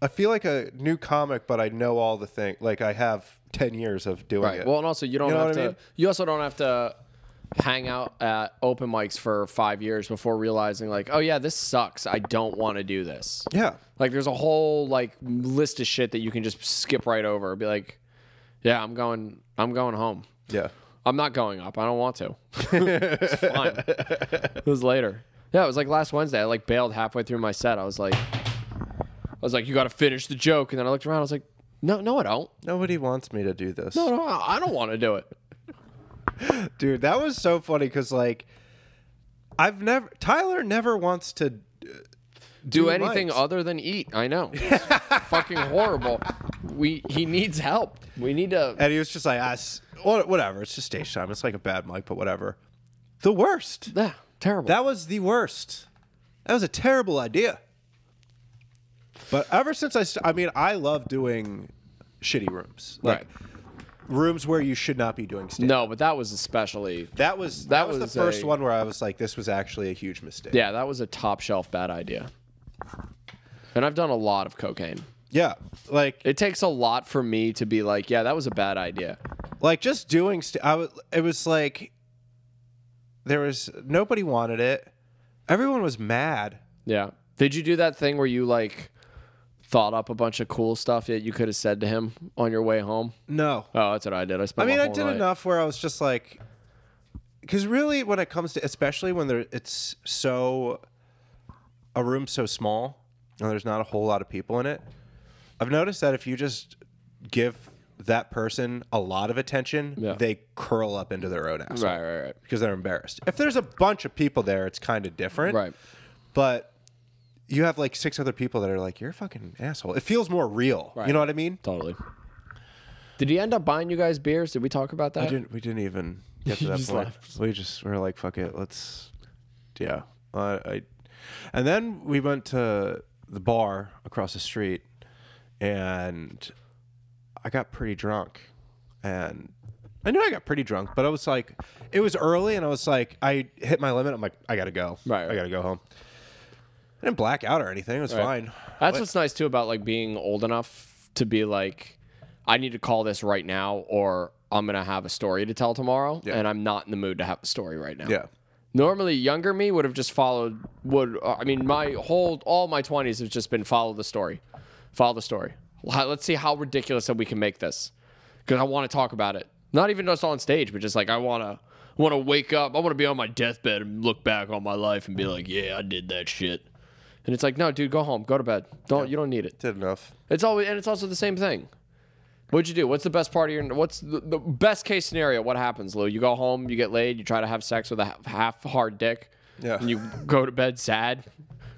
Speaker 2: I feel like a new comic, but I know all the thing. Like I have ten years of doing
Speaker 1: Right.
Speaker 2: it.
Speaker 1: Well, and also you don't
Speaker 2: know
Speaker 1: have
Speaker 2: what I
Speaker 1: to.
Speaker 2: mean?
Speaker 1: You also don't have to hang out at open mics for five years before realizing like, oh yeah, this sucks. I don't want to do this.
Speaker 2: yeah,
Speaker 1: Like there's a whole like list of shit that you can just skip right over. Be like, yeah, I'm going. I'm going home.
Speaker 2: yeah.
Speaker 1: I'm not going up. I don't want to. it's fine. It was later. Yeah, it was like last Wednesday. I like bailed halfway through my set. I was like, I was like, you got to finish the joke. And then I looked around. I was like, no, no, I don't.
Speaker 2: Nobody wants me to do this.
Speaker 1: No, no, I I don't want to do it.
Speaker 2: Dude, that was so funny because like I've never Tyler never wants to
Speaker 1: Do
Speaker 2: Do
Speaker 1: anything
Speaker 2: mics.
Speaker 1: other than eat. I know. It's fucking horrible. We he needs help. We need to.
Speaker 2: And he was just like, ah, s- wha- whatever. It's just stage time. It's like a bad mic, but whatever. The worst.
Speaker 1: Yeah, terrible.
Speaker 2: That was the worst. That was a terrible idea. But ever since I, st- I mean, I love doing shitty rooms, like
Speaker 1: right.
Speaker 2: rooms where you should not be doing stand.
Speaker 1: No, but that was especially.
Speaker 2: That was that,
Speaker 1: That
Speaker 2: was,
Speaker 1: was
Speaker 2: the first
Speaker 1: a-
Speaker 2: one where I was like, this was actually a huge mistake.
Speaker 1: Yeah, that was a top shelf bad idea. And I've done a lot of cocaine.
Speaker 2: yeah, like
Speaker 1: It takes a lot for me to be like, yeah, that was a bad idea.
Speaker 2: like just doing st- I was it was like there was nobody wanted it. Everyone was mad.
Speaker 1: Yeah. Did you do that thing where you like thought up a bunch of cool stuff that you could have said to him on your way home?
Speaker 2: No,
Speaker 1: Oh, that's what I did. I
Speaker 2: I
Speaker 1: spent.
Speaker 2: mean,
Speaker 1: my
Speaker 2: I
Speaker 1: whole
Speaker 2: did
Speaker 1: night-
Speaker 2: enough where I was just like, because really, when it comes to, especially when there, it's so a room so small, and there's not a whole lot of people in it, I've noticed that if you just give that person a lot of attention,
Speaker 1: Yeah.
Speaker 2: they curl up into their own ass
Speaker 1: Right, right, right.
Speaker 2: because they're embarrassed. If there's a bunch of people there, it's kind of different,
Speaker 1: Right.
Speaker 2: But you have like six other people that are like, "You're a fucking asshole." It feels more real. You know what I mean?
Speaker 1: Totally. Did he end up buying you guys beers? Did we talk about that?
Speaker 3: I didn't. We didn't even get to
Speaker 1: You
Speaker 3: that
Speaker 1: just
Speaker 3: point.
Speaker 1: left.
Speaker 3: We just were like, "Fuck it, let's." Yeah, I, I, and then we went to the bar across the street, and I got pretty drunk, and I knew I got pretty drunk, but I was like, it was early, and I was like, I hit my limit. I'm like, I gotta go.
Speaker 1: Right.
Speaker 3: I gotta go home. I didn't black out or anything. It was
Speaker 1: Right.
Speaker 3: fine.
Speaker 1: That's what's nice too about like being old enough to be like, I need to call this right now, or I'm gonna have a story to tell tomorrow, and I'm not in the mood to have a story right now.
Speaker 3: Yeah.
Speaker 1: Normally, younger me would have just followed. Would uh, I mean my whole all my twenties have just been follow the story, follow the story. Well, Let's see how ridiculous that we can make this, because I want to talk about it. Not even just on stage, but just like I wanna want to wake up. I want to be on my deathbed and look back on my life and be like, yeah, I did that shit. And it's like, no, dude, go home, go to bed. Don't you don't need it.
Speaker 2: Did enough.
Speaker 1: It's always and it's also the same thing. What'd you do? What's the best part of your? What's the, the best case scenario? What happens, Lou? You go home, you get laid, you try to have sex with a half hard dick,
Speaker 2: Yeah.
Speaker 1: and you go to bed sad.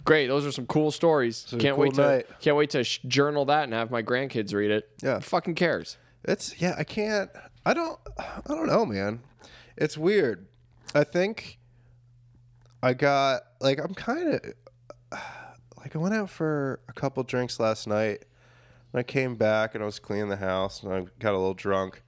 Speaker 1: Great, those are some cool stories.
Speaker 2: a
Speaker 1: Can't wait
Speaker 2: cool
Speaker 1: to
Speaker 2: night.
Speaker 1: can't wait to sh- journal that and have my grandkids read it.
Speaker 2: Yeah.
Speaker 1: Who fucking cares.
Speaker 2: It's yeah, I can't. I don't. I don't know, man. It's weird. I think I got like I'm kind of like I went out for a couple drinks last night, and I came back and I was cleaning the house and I got a little drunk,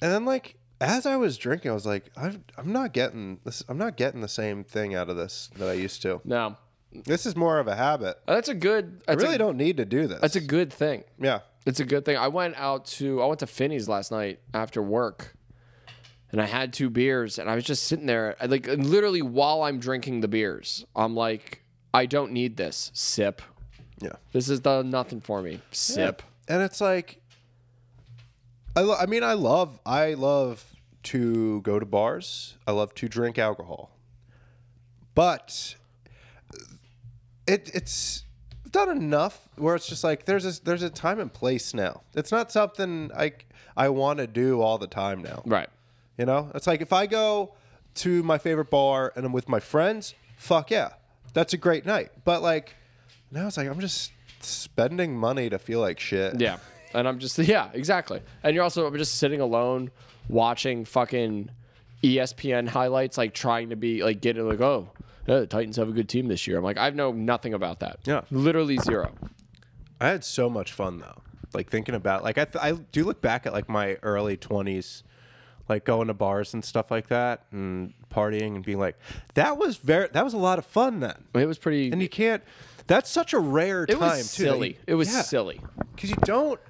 Speaker 2: and then like as I was drinking, I was like, I'm I'm not getting this. I'm not getting the same thing out of this that I used to.
Speaker 1: No,
Speaker 2: This is more of a habit.
Speaker 1: that's a good.
Speaker 2: I
Speaker 1: That's
Speaker 2: really
Speaker 1: a,
Speaker 2: don't need to do this.
Speaker 1: That's a good thing.
Speaker 2: yeah.
Speaker 1: It's a good thing. I went out to I went to Finney's last night after work, and I had two beers, and I was just sitting there, I, like and literally while I'm drinking the beers, I'm like, I don't need this sip.
Speaker 2: Yeah.
Speaker 1: This is done nothing for me. Sip.
Speaker 2: and it's like I, lo- I mean i love i love to go to bars i love to drink alcohol but it it's done enough where it's just like there's a there's a time and place now it's not something i i want to do all the time now
Speaker 1: Right.
Speaker 2: you know it's like if i go to my favorite bar and i'm with my friends fuck yeah that's a great night but like now it's like i'm just spending money to feel like shit
Speaker 1: Yeah. And I'm just yeah, exactly. And you're also I'm just sitting alone watching fucking E ESPN highlights, like trying to be like getting like, oh, yeah, the Titans have a good team this year. I'm like, I know nothing about that.
Speaker 3: Yeah.
Speaker 1: Literally zero.
Speaker 2: I had so
Speaker 3: so much fun though. Like thinking about like I th- I do look back at like my early twenties, like going to bars and stuff like that and partying and being like, that was very that was a lot of fun then.
Speaker 1: It was pretty
Speaker 3: And you can't. That's such a rare
Speaker 1: It
Speaker 3: time
Speaker 1: was silly. it was silly.
Speaker 2: because you don't.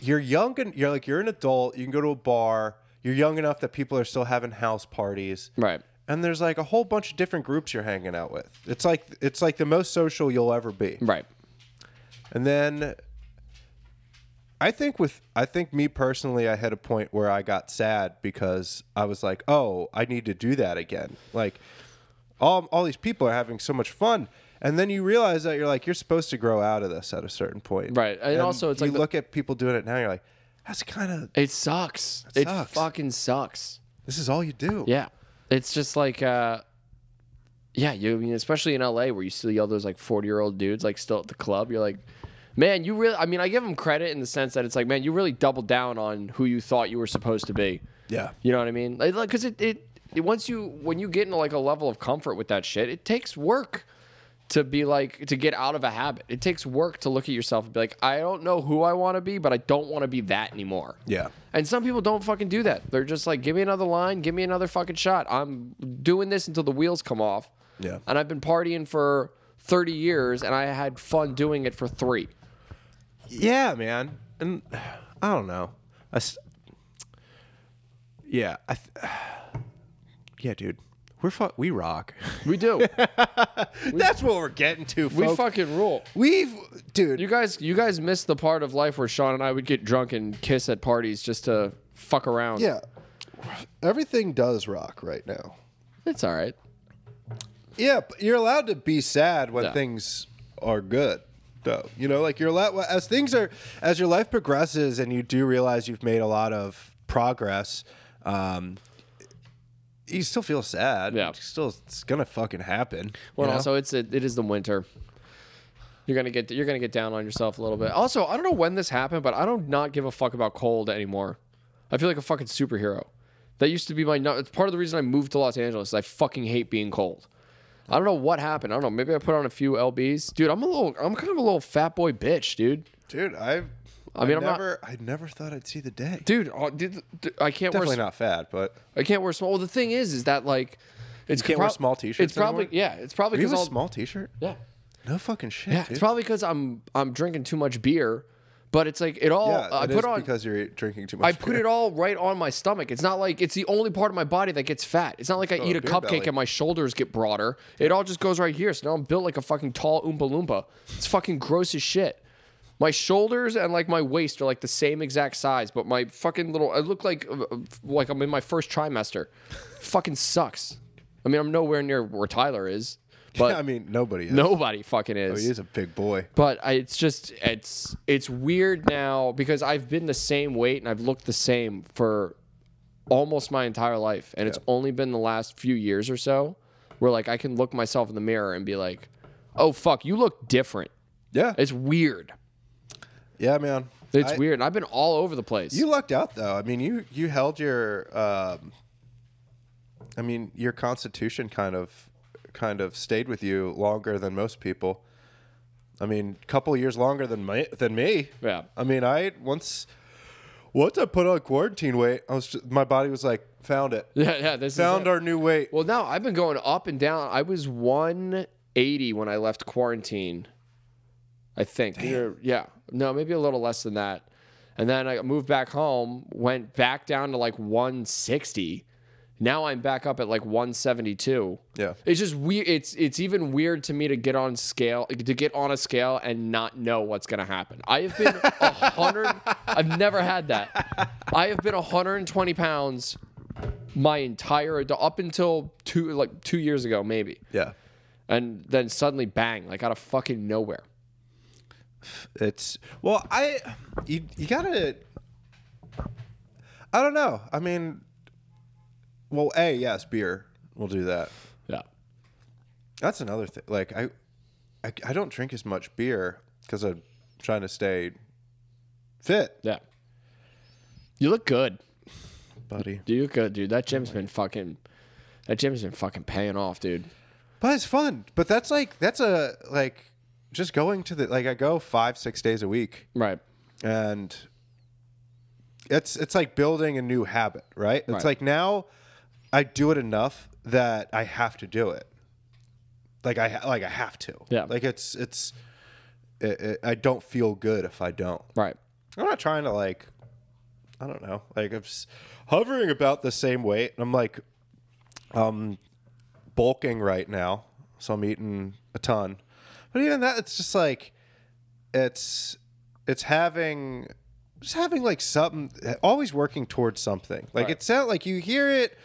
Speaker 2: You're young and you're like you're an adult. You can go to a bar. You're young enough that people are still having house parties,
Speaker 1: Right.
Speaker 2: And there's like a whole bunch of different groups you're hanging out with. It's like it's like the most social you'll ever be.
Speaker 1: Right.
Speaker 2: And then I think with I think me personally I hit a point where I got sad because I was like, "Oh, I need to do that again." Like all all these people are having so much fun. And then you realize that you're like you're supposed to grow out of this at a certain point.
Speaker 1: Right. And also it's
Speaker 2: you
Speaker 1: like the-
Speaker 2: look at people doing it now you're like, "That's kind of
Speaker 1: It sucks. It,
Speaker 2: sucks.
Speaker 1: fucking sucks.
Speaker 2: this is all you do."
Speaker 1: Yeah. It's just like uh yeah, you I mean especially in LA where you see all those like 40-year-old dudes like still at the club, you're like Man, you really, I mean, I give them credit in the sense that it's like, man, you really doubled down on who you thought you were supposed to be.
Speaker 3: Yeah.
Speaker 1: You know what I mean? Like, because it, it, it, once you, when you get into like a level of comfort with that shit, it takes work to be like, to get out of a habit. It takes work to look at yourself and be like, I don't know who I want to be, but I don't want to be that anymore.
Speaker 3: Yeah.
Speaker 1: And some people don't fucking do that. They're just like, give me another line, give me another fucking shot. I'm doing this until the wheels come off.
Speaker 3: Yeah.
Speaker 1: And I've been partying for 30 years and I had fun doing it for three.
Speaker 3: Yeah, man. And I don't know. I s- yeah. I th- yeah, dude. We're fu- we rock.
Speaker 1: We do.
Speaker 3: That's what we're getting to,
Speaker 1: we
Speaker 3: folks.
Speaker 1: fucking rule.
Speaker 2: We've dude,
Speaker 1: You guys, you guys missed the part of life where Sean and I would get drunk and kiss at parties just to fuck around.
Speaker 2: yeah. Everything does rock right now.
Speaker 1: it's all right.
Speaker 2: Yeah, but you're allowed to be sad when
Speaker 1: Yeah.
Speaker 2: things are good. Though you know, like your li- as things are as your life progresses and you do realize you've made a lot of progress, um, you still feel sad.
Speaker 1: Yeah.
Speaker 2: It's still it's gonna fucking happen.
Speaker 1: Well,
Speaker 2: you know?
Speaker 1: also it's it, it is the winter. You're gonna get you're gonna get down on yourself a little bit. Also, I don't know when this happened, but I don't not give a fuck about cold anymore. I feel like a fucking superhero. That used to be my. nu- It's part of the reason I moved to Los Angeles. Is I fucking hate being cold. I don't know what happened. I don't know. Maybe I put on a few lbs, dude. I'm a little. I'm kind of a little fat boy bitch, dude.
Speaker 2: dude, I've
Speaker 1: I mean, I'm not-
Speaker 2: never I never thought I'd see the day.
Speaker 1: Dude, oh, dude, th- I can't wear.
Speaker 2: Definitely
Speaker 1: s-
Speaker 2: not fat, but
Speaker 1: I can't wear small. Well, the thing is, is that like, it's
Speaker 2: can't wear
Speaker 1: prob-
Speaker 2: small t-shirts
Speaker 1: It's probably
Speaker 2: anymore?
Speaker 1: yeah. It's probably
Speaker 2: are you
Speaker 1: because
Speaker 2: a
Speaker 1: all
Speaker 2: small T-shirt?
Speaker 1: yeah.
Speaker 2: No fucking shit,
Speaker 1: Yeah,
Speaker 2: dude.
Speaker 1: it's probably because I'm I'm drinking too much beer, but it's like it all
Speaker 2: yeah,
Speaker 1: I
Speaker 2: it
Speaker 1: put
Speaker 2: is
Speaker 1: on
Speaker 2: because you're drinking too much.
Speaker 1: I put it all right on my stomach. It's not like it's the only part of my body that gets fat. It's not like I
Speaker 2: got
Speaker 1: eat a
Speaker 2: a Oh, beer
Speaker 1: cupcake
Speaker 2: belly.
Speaker 1: and my shoulders get broader. It all just goes right here. So now I'm built like a fucking tall oompa loompa. It's fucking gross as shit. My shoulders and like my waist are like the same exact size, but my fucking little I look like uh, like I'm in my first trimester. fucking sucks. I mean, I'm nowhere near where Tyler is, but
Speaker 2: I mean, Oh, nobody. Is.
Speaker 1: nobody fucking
Speaker 2: he is a big boy.
Speaker 1: but I, it's just it's it's weird now because I've been the same weight and I've looked the same for almost my entire life, and it's only been the last few years or so where like I can look myself in the mirror and be like, "Oh fuck, you look different."
Speaker 2: Yeah,
Speaker 1: It's weird.
Speaker 2: yeah, man.
Speaker 1: It's
Speaker 2: I-
Speaker 1: weird. And I've been all over the place.
Speaker 2: You lucked out though. I mean, you you held your, um, I mean, your constitution kind of kind of stayed with you longer than most people. I mean, a couple years longer than my, than me.
Speaker 1: Yeah.
Speaker 2: I mean, I once once I put on quarantine weight, I was just, my body was like, found it,
Speaker 1: yeah, yeah. This is
Speaker 2: found
Speaker 1: it.
Speaker 2: our new weight.
Speaker 1: Well, no, I've been going up and down. I was 180 when I left quarantine, I think. Or- Yeah. No, maybe a little less than that. And then I moved back home, went back down to like 160. Now I'm back up at like 172.
Speaker 2: Yeah.
Speaker 1: It's just weird. It's it's even weird to me to get on scale to get on a scale and not know what's gonna happen. I have been a hundred. I've never had that. I have been 120 pounds my entire adult up until two like two years ago maybe,
Speaker 2: Yeah,
Speaker 1: and then suddenly bang like out of fucking nowhere.
Speaker 2: it's well, I you you gotta. I don't know. I mean, well, a yes, beer will do that.
Speaker 1: Yeah.
Speaker 2: That's another thing. Like I, I, I don't drink as much beer because I'm trying to stay fit,
Speaker 1: Yeah. You look good.
Speaker 2: buddy.
Speaker 1: Dude, you look good, dude. That gym's been fucking. That gym's been fucking paying off, dude.
Speaker 2: But it's fun. But that's like that's a like just going to the like I go five six days a week,
Speaker 1: Right.
Speaker 2: and it's it's like building a new habit, right? It's
Speaker 1: Right.
Speaker 2: like now I do it enough that I have to do it. Like I ha- like I have to.
Speaker 1: Yeah.
Speaker 2: Like it's it's. It, it, I don't feel good if I don't.
Speaker 1: Right.
Speaker 2: I'm not trying to like, I don't know, like I'm s- hovering about the same weight. I'm like, um, bulking right now, so I'm eating a ton. But even that, it's just like, it's it's having just having like something always working towards something like
Speaker 1: Right.
Speaker 2: it sounds like you hear it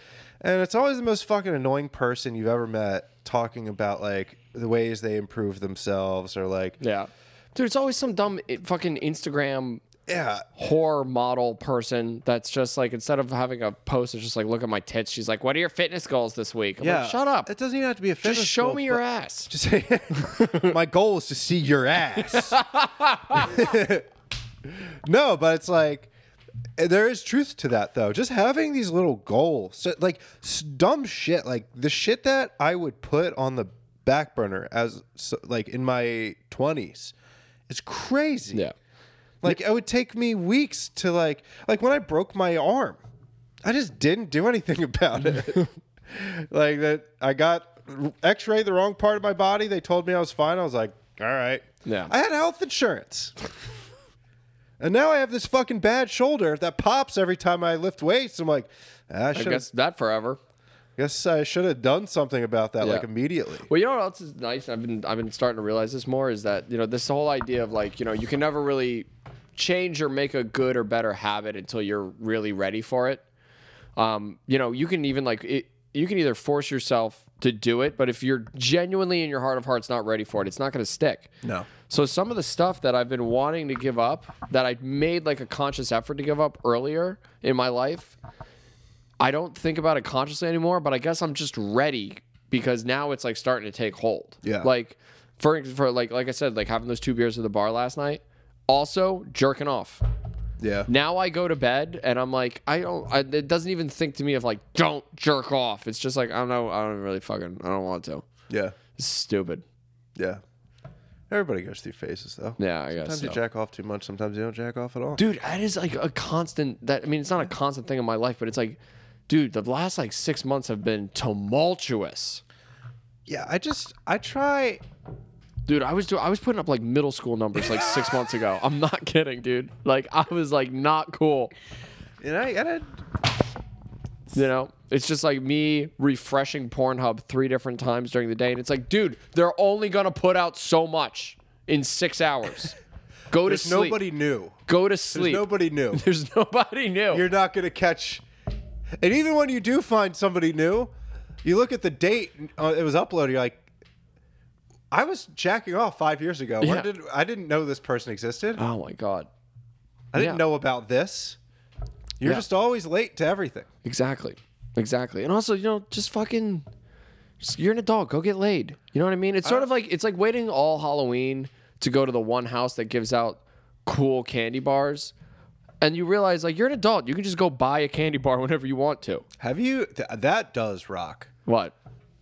Speaker 2: and it's always the most fucking annoying person you've ever met talking about like the ways they improve themselves or like
Speaker 1: Yeah. Dude, it's always some dumb i- fucking Instagram
Speaker 2: yeah
Speaker 1: whore model person that's just like instead of having a post, it's just like look at my tits. She's like, "What are your fitness goals this week?" I'm like, shut up.
Speaker 2: it doesn't even have to be a
Speaker 1: Just
Speaker 2: fitness
Speaker 1: show
Speaker 2: goal,
Speaker 1: me
Speaker 2: but-
Speaker 1: your ass.
Speaker 2: Just say, my goal is to see your ass. no, but it's like there is truth to that though. Just having these little goals, so, like s- dumb shit, like the shit that I would put on the back burner as so, like in my twenties, is crazy.
Speaker 1: yeah.
Speaker 2: Like it would take me weeks to like like when I broke my arm, I just didn't do anything about it. like that I got x-rayed the wrong part of my body. They told me I was fine. I was like, "All right."
Speaker 1: Yeah.
Speaker 2: I had health insurance. and now I have this fucking bad shoulder that pops every time I lift weights. I'm like, "Ah, "I
Speaker 1: I
Speaker 2: should
Speaker 1: guess
Speaker 2: guess,
Speaker 1: that forever.
Speaker 2: guess I should have done something about that
Speaker 1: Yeah.
Speaker 2: like immediately."
Speaker 1: Well, you know what else is nice? I've been I've been starting to realize this more is that you know this whole idea of like you know you can never really change or make a good or better habit until you're really ready for it. Um, you know, you can even like it, you can either force yourself to do it, but if you're genuinely in your heart of hearts not ready for it, it's not going to stick.
Speaker 3: No.
Speaker 1: So some of the stuff that I've been wanting to give up, that I made like a conscious effort to give up earlier in my life, I don't think about it consciously anymore, but I guess I'm just ready because now it's like starting to take hold.
Speaker 2: Yeah.
Speaker 1: Like for for like like I said, like having those two beers at the bar last night, also jerking off.
Speaker 2: Yeah.
Speaker 1: Now I go to bed and I'm like, I don't. I, it doesn't even think to me of like, don't jerk off. It's just like I don't know. I don't really fucking. I don't want to.
Speaker 2: Yeah.
Speaker 1: It's stupid.
Speaker 3: Yeah.
Speaker 2: Everybody goes through phases though.
Speaker 1: Yeah, I guess.
Speaker 3: Sometimes
Speaker 1: So.
Speaker 3: you jack off too much. Sometimes you don't jack off at all.
Speaker 1: dude, that is like a constant. That I mean, it's not a constant thing in my life, but it's like, dude, the last like six months have been tumultuous.
Speaker 3: Yeah, I just I try.
Speaker 1: Dude, I was doing. I was putting up like middle school numbers like six months ago. I'm not kidding, dude. Like I was like not cool.
Speaker 3: And I gotta.
Speaker 1: You know, it's just like me refreshing Pornhub three different times during the day, and it's like, dude, they're only gonna put out so much in six hours. Go to
Speaker 2: There's
Speaker 1: sleep.
Speaker 2: nobody new.
Speaker 1: Go to
Speaker 2: There's
Speaker 1: sleep.
Speaker 2: nobody new.
Speaker 1: There's nobody new.
Speaker 2: You're not gonna catch. And even when you do find somebody new, you look at the date uh, it was uploaded. You're like, I was jacking off five years ago. Where
Speaker 1: Yeah.
Speaker 2: did I didn't know this person existed.
Speaker 1: oh my god.
Speaker 2: I didn't
Speaker 1: yeah.
Speaker 2: know about this. You're
Speaker 1: Yeah.
Speaker 2: just always late to everything.
Speaker 1: Exactly. Exactly. And also, you know, just fucking just- you're an adult, go get laid. You know what I mean? It's sort of like it's like waiting all Halloween to go to the one house that gives out cool candy bars. And you realize like you're an adult, you can just go buy a candy bar whenever you want to.
Speaker 2: Have you? Th- that does rock.
Speaker 1: What?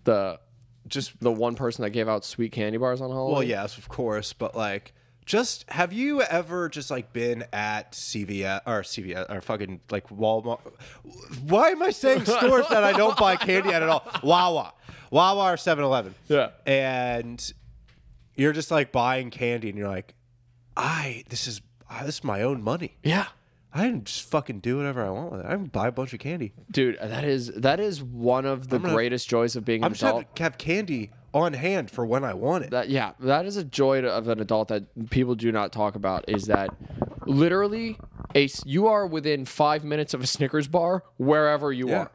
Speaker 1: The
Speaker 2: Just
Speaker 1: the one person that gave out sweet candy bars on Halloween?
Speaker 2: Well, Oh, yes, of course, but like, just have you ever just like been at CVS or CVS or fucking like Walmart? Why am I saying stores that I don't buy candy at at all? Wawa, Wawa or 7-Eleven.
Speaker 1: Yeah.
Speaker 2: and you're just like buying candy, and you're like, I this is I, this is my own money.
Speaker 1: Yeah.
Speaker 2: I can just fucking do whatever I want with it. I can buy a bunch of candy.
Speaker 1: Dude, that is that is one of the
Speaker 2: gonna-
Speaker 1: greatest joys of being an
Speaker 2: I'm just
Speaker 1: adult.
Speaker 2: have, have candy on hand for when I want it.
Speaker 1: that yeah that is a joy to, of an adult that people do not talk about is that literally a s- you are within five minutes of a snickers bar wherever you
Speaker 2: Yeah.
Speaker 1: are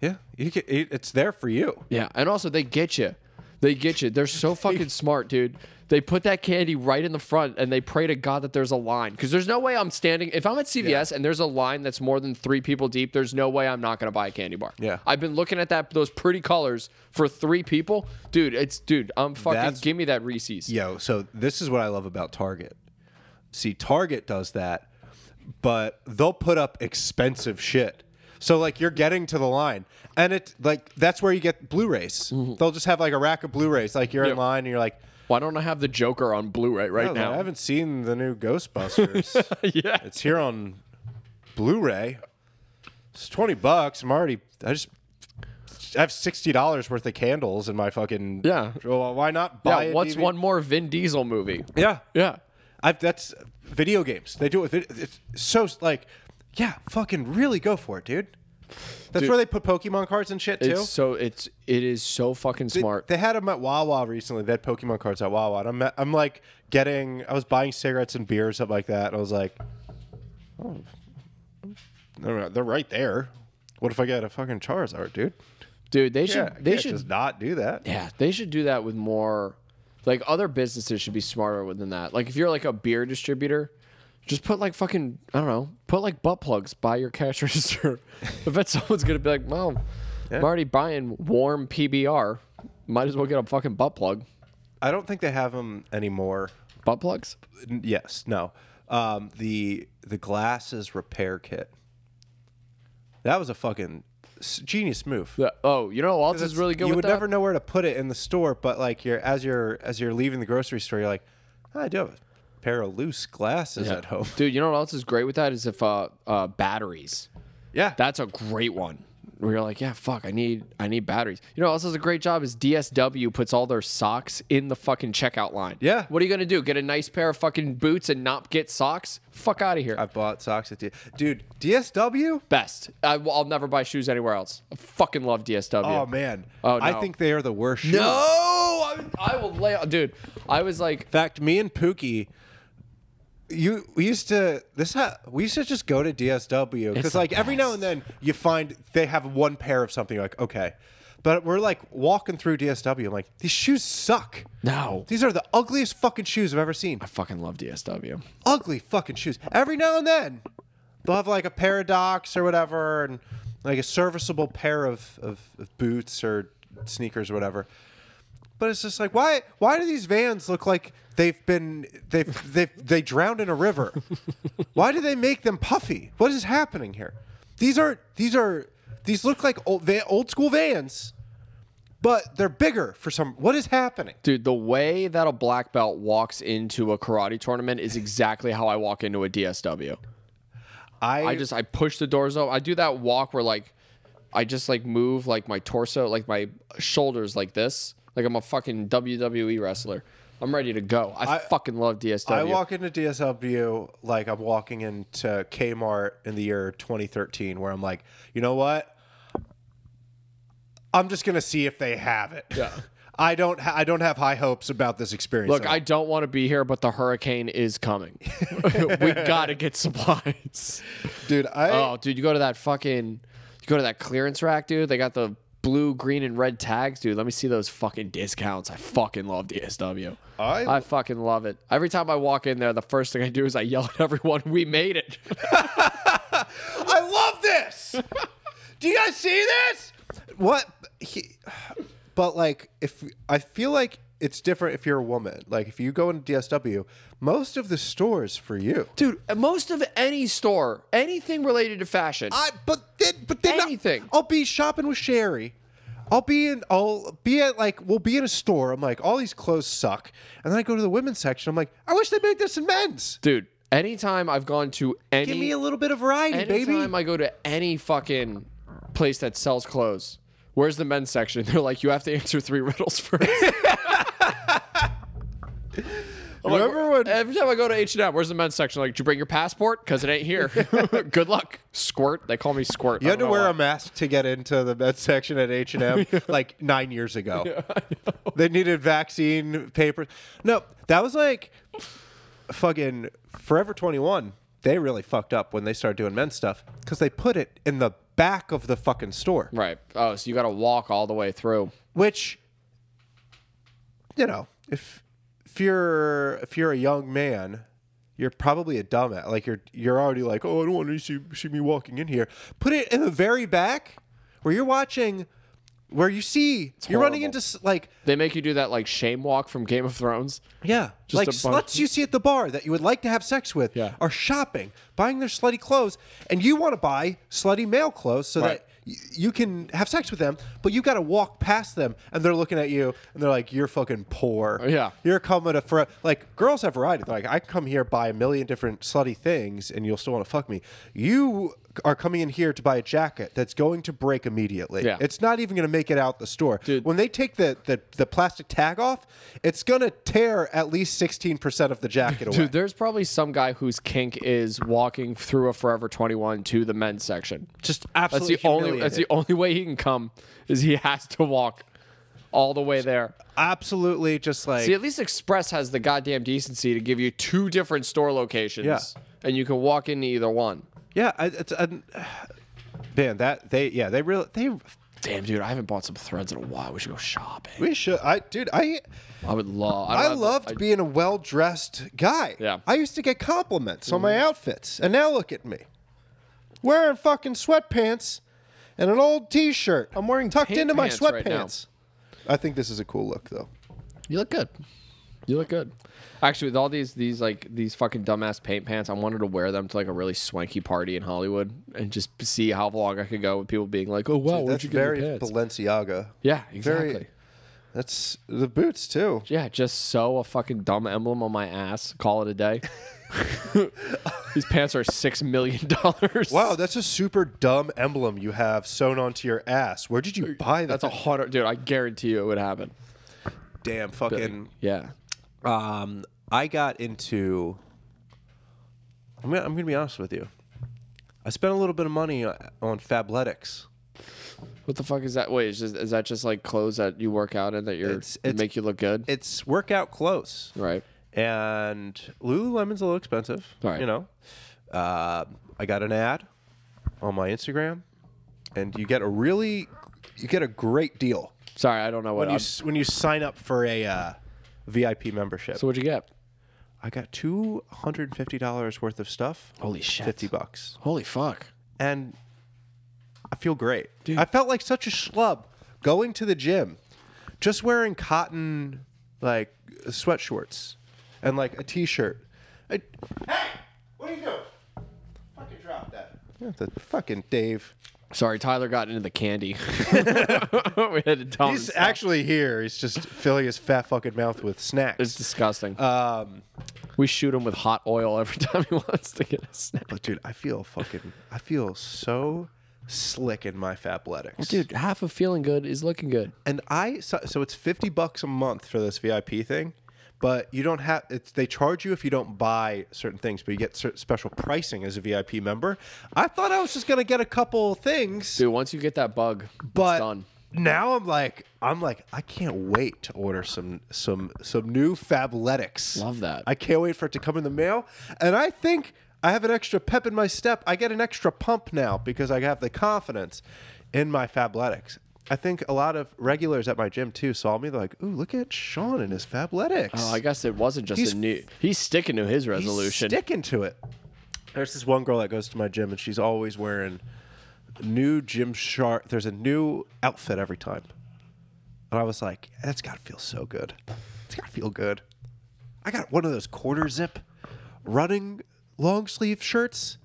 Speaker 2: Yeah, you can, it, it's there for you.
Speaker 1: yeah and also they get you they get you they're so fucking smart dude they put that candy right in the front and they pray to god that there's a line because there's no way i'm standing if i'm at cvs and there's a line that's more than three people deep there's no way i'm not going to buy a candy bar
Speaker 2: Yeah.
Speaker 1: i've been looking at that those pretty colors for three people dude it's dude i'm fucking
Speaker 2: That's-
Speaker 1: give me that reese's
Speaker 2: Yo, so this is what I love about Target. See, Target does that, but they'll put up expensive shit. So like you're getting to the line, and it like that's where you get Blu-rays. They'll just have like a rack of Blu-rays. Like you're in
Speaker 1: Mm-hmm. Yep.
Speaker 2: line, and you're like,
Speaker 1: Why don't I have the Joker on Blu-ray right
Speaker 2: "Oh,
Speaker 1: now?
Speaker 2: I haven't seen the new Ghostbusters.
Speaker 1: yeah,
Speaker 2: it's here on Blu-ray. It's twenty bucks. I'm already. I just. I have sixty dollars worth of candles in my fucking
Speaker 1: Yeah.
Speaker 2: Well, why not buy?
Speaker 1: yeah.
Speaker 2: a
Speaker 1: Oh, What's
Speaker 2: DVD?
Speaker 1: one more Vin Diesel movie?
Speaker 2: Yeah,
Speaker 1: Yeah,
Speaker 2: I've, that's video games. They do it. With, vid- it's so like, yeah, fucking really go for it, dude. That's where they put Pokemon cards and shit too.
Speaker 1: it's so it's it is so fucking smart.
Speaker 2: They had them at Wawa recently. They had Pokemon cards at Wawa, and I'm at- I'm like getting. I was buying cigarettes and beer, something like that, and I was like, oh, they're they're right there. What if I get a fucking Charizard, dude?
Speaker 1: Dude, they
Speaker 2: Yeah,
Speaker 1: should they should
Speaker 2: just not do that.
Speaker 1: yeah they should do that with more. Like other businesses should be smarter than that. Like if you're like a beer distributor, just put like fucking I don't know, put like butt plugs by your cash register. I bet someone's gonna be like, well, I'm already buying warm PBR. Might as well get a fucking butt plug.
Speaker 2: I don't think they have them anymore.
Speaker 1: Butt plugs?
Speaker 2: N- yes no um the the glasses repair kit that was a fucking s- genius move
Speaker 1: Yeah. Oh, you know what else is really good
Speaker 2: you
Speaker 1: with
Speaker 2: would
Speaker 1: that?
Speaker 2: never know where to put it in the store but like you're as you're as you're leaving the grocery store you're like "Ah, i do have a pair of loose glasses at home
Speaker 1: Dude, you know what else is great with that is if uh, uh batteries.
Speaker 2: yeah
Speaker 1: That's a great one. Where you're like, yeah, fuck, I need I need batteries. You know what else is a great job is DSW puts all their socks in the fucking checkout line.
Speaker 2: Yeah.
Speaker 1: What are you gonna do? Get a nice pair of fucking boots and not get socks? Fuck out of here.
Speaker 2: i bought socks at D- dude dsw
Speaker 1: Best. I, will never buy shoes anywhere else. I fucking love DSW.
Speaker 2: oh man
Speaker 1: Oh,
Speaker 2: i
Speaker 1: no.
Speaker 2: think they are the worst shoes.
Speaker 1: No, I, I will lay. Dude, I was like,
Speaker 2: in fact me and pookie you we used to this ha- we used to just go to DSW
Speaker 1: It's
Speaker 2: because
Speaker 1: the
Speaker 2: like every now and then you find they have one pair of something you're like okay, but we're like walking through DSW I'm like these shoes suck.
Speaker 1: No.
Speaker 2: These are the ugliest fucking shoes I've ever seen.
Speaker 1: I fucking love DSW.
Speaker 2: Ugly fucking shoes. Every now and then they'll have like a pair of docs or whatever and like a serviceable pair of, of, of boots or sneakers or whatever. But it's just like why why do these vans look like they've been they've they they drowned in a river? why do they make them puffy? What is happening here? These are these are these look like old va- old school vans, but they're bigger for some. What is happening?
Speaker 1: Dude, the way that a black belt walks into a karate tournament is exactly how I walk into a DSW. I just I push the doors open. I do that walk where like I just like move like my torso, like my shoulders like this. Like I'm a fucking WWE wrestler. I'm ready to go. I, fucking love DSW.
Speaker 2: I walk into DSW like I'm walking into Kmart in the year 2013, where I'm like, you know what? I'm just gonna see if they have it. Yeah. I don't. Ha- I don't have high hopes about this experience.
Speaker 1: Look,
Speaker 2: at
Speaker 1: I
Speaker 2: all.
Speaker 1: don't want to be here, but the hurricane is coming. we gotta get supplies.
Speaker 4: Dude, I
Speaker 1: Oh, dude, you go to that fucking, you go to that clearance rack, dude. They got the blue, green, and red tags, dude. Let me see those fucking discounts. I fucking love DSW.
Speaker 4: I-
Speaker 1: I fucking love it. Every time I walk in there, the first thing I do is I yell at everyone, "We made it!"
Speaker 2: I love this. Do you guys see this?
Speaker 4: what he but like if i feel like it's different if you're a woman like if you go into dsw most of the stores for you
Speaker 1: Dude, most of any store, anything related to fashion,
Speaker 2: I but then but then I-
Speaker 1: Anything.
Speaker 2: I'll be shopping with Sherry. I'll be in. I'll be at like we'll be in a store. I'm like all these clothes suck, and then I go to the women's section. I'm like I wish they made this in men's.
Speaker 1: dude. Anytime I've gone to any,
Speaker 2: Give me a little bit of variety, baby.
Speaker 1: anytime I go to any fucking place that sells clothes, where's the men's section? They're like, you have to answer three riddles first. I'm like,
Speaker 4: Remember when-
Speaker 1: every time I go to H and M, where's the men's section? Like, did you bring your passport? Because it ain't here. Good luck, squirt. They call me squirt.
Speaker 4: you had to wear
Speaker 1: why.
Speaker 4: a mask to get into the med section at h&m
Speaker 2: like nine years ago. they needed vaccine papers. No, that was like fucking Forever 21. They really fucked up when they started doing men's stuff because they put it in the back of the fucking store,
Speaker 1: right. Oh, so you got to walk all the way through.
Speaker 2: which, you know, if if you're if you're a young man, you're probably a dumbass. Like you're you're already like, oh, I don't want to see see me walking in here. Put it in the very back where you're watching, where you see you're running
Speaker 1: horrible.
Speaker 2: into s- like
Speaker 1: They make you do that like shame walk from Game of Thrones.
Speaker 2: Yeah, like
Speaker 1: a bunch-
Speaker 2: sluts you see at the bar that you would like to have sex with
Speaker 1: Yeah.
Speaker 2: are shopping, buying their slutty clothes, and you want to buy slutty male clothes so
Speaker 4: Right.
Speaker 2: that y- you can have sex with them. But you got to walk past them, and they're looking at you, and they're like, "You're fucking poor.
Speaker 1: Oh, Yeah.
Speaker 2: you're coming to for like girls have variety. They're like, I can come here buy a million different slutty things, and you'll still want to fuck me. You." Are coming in here to buy a jacket that's going to break immediately.
Speaker 1: Yeah.
Speaker 2: It's not even going to make it out the store.
Speaker 1: Dude.
Speaker 2: When they take the, the, the plastic tag off, it's going to tear at least 16% of the jacket away.
Speaker 1: Dude, there's probably some guy whose kink is walking through a Forever 21 to the men's section.
Speaker 2: Just
Speaker 1: That's
Speaker 2: absolutely
Speaker 1: the only. That's the only way he can come is he has to walk all the way there.
Speaker 2: absolutely just like
Speaker 1: See, at least Express has the goddamn decency to give you two different store locations,
Speaker 2: Yeah.
Speaker 1: and you can walk into either one.
Speaker 2: yeah, I- it's
Speaker 4: uh,
Speaker 2: an man that they yeah, they really they
Speaker 1: Damn, dude, I haven't bought some threads in a while. We should go shopping.
Speaker 4: we should uh, i dude i
Speaker 1: I would love. I, don't
Speaker 4: i
Speaker 1: have the-
Speaker 4: loved
Speaker 1: I-
Speaker 4: being a well-dressed guy
Speaker 1: Yeah. Mm-hmm.
Speaker 4: i used to get compliments on my outfits and now look at me wearing fucking sweatpants and an old t-shirt i'm wearing tucked
Speaker 1: pant
Speaker 4: into my
Speaker 1: pants right now.
Speaker 4: sweatpants i think this is a cool look though
Speaker 1: You look good. You look good. Actually, with all these these like these fucking dumbass paint pants, I wanted to wear them to like a really swanky party in Hollywood and just see how long I could go with people being like, "Oh wow, where'd
Speaker 4: that's
Speaker 1: you get your
Speaker 4: very
Speaker 1: pants?"
Speaker 4: balenciaga
Speaker 1: yeah,
Speaker 4: very-
Speaker 1: exactly.
Speaker 4: that's the boots too
Speaker 1: Yeah, just sew a fucking dumb emblem on my ass. Call it a day. These pants are six million dollars.
Speaker 4: Wow, that's a super dumb emblem you have sewn onto your ass. Where did you buy that?
Speaker 1: that's a hundred, dude. I guarantee you it would happen.
Speaker 2: damn fucking
Speaker 1: Yeah,
Speaker 2: um I got into I'm gonna, I'm going to be honest with you. I spent a little bit of money uh, on Fabletics.
Speaker 1: what the fuck is that? Wait, is, just, is that just like clothes that you work out in that you're
Speaker 2: It's- it's-
Speaker 1: make you look good?
Speaker 2: It's workout clothes.
Speaker 1: right.
Speaker 2: And Lululemon's a little expensive,
Speaker 1: All right.
Speaker 2: you know. Uh, I got an ad on my Instagram, and you get a really, you get a great deal
Speaker 1: Sorry, I don't know what.
Speaker 2: when you
Speaker 1: I'm,
Speaker 2: s- when you sign up for a uh, VIP membership.
Speaker 1: so what'd you get?
Speaker 2: I got two hundred and fifty dollars worth of stuff.
Speaker 1: Holy shit.
Speaker 2: Fifty bucks,
Speaker 1: Holy fuck.
Speaker 2: and I feel great. I felt like such a schlub going to the gym, just wearing cotton like sweatshorts and like a t-shirt. I, hey, what are you doing? Fucking drop that. Yeah, the fucking Dave.
Speaker 1: Sorry, Tyler got into the candy. we had to tell him.
Speaker 2: He's actually here. He's just filling his fat fucking mouth with snacks. Um,
Speaker 1: It's disgusting. we shoot him with hot oil every time he wants to get a snack.
Speaker 2: But dude, I feel fucking I feel so slick in my fabletics.
Speaker 1: Dude, half of feeling good is looking good.
Speaker 2: and I so, so it's 50 bucks a month for this VIP thing, but you don't have it's they charge you if you don't buy certain things, but you get cer special pricing as a VIP member. I thought I was just going to get a couple things,
Speaker 1: Dude, once you get that bug,
Speaker 2: but
Speaker 1: it's done.
Speaker 2: now I'm like I'm like I can't wait to order some some some new fabletics.
Speaker 1: Love that.
Speaker 2: I can't wait for it to come in the mail. And I think I have an extra pep in my step. I get an extra pump now because I have the confidence in my Fabletics. I think a lot of regulars at my gym too saw me. They're like, "Ooh, look at Sean and his Fabletics."
Speaker 1: Oh, I guess it wasn't just
Speaker 2: He's-
Speaker 1: a new. He's sticking to his
Speaker 2: He's
Speaker 1: resolution.
Speaker 2: sticking to it. There's this one girl that goes to my gym, and she's always wearing new gym shark. There's a new outfit every time, and I was like, "That's gotta feel so good. It's gotta feel good." I got one of those quarter zip running long sleeve shirts.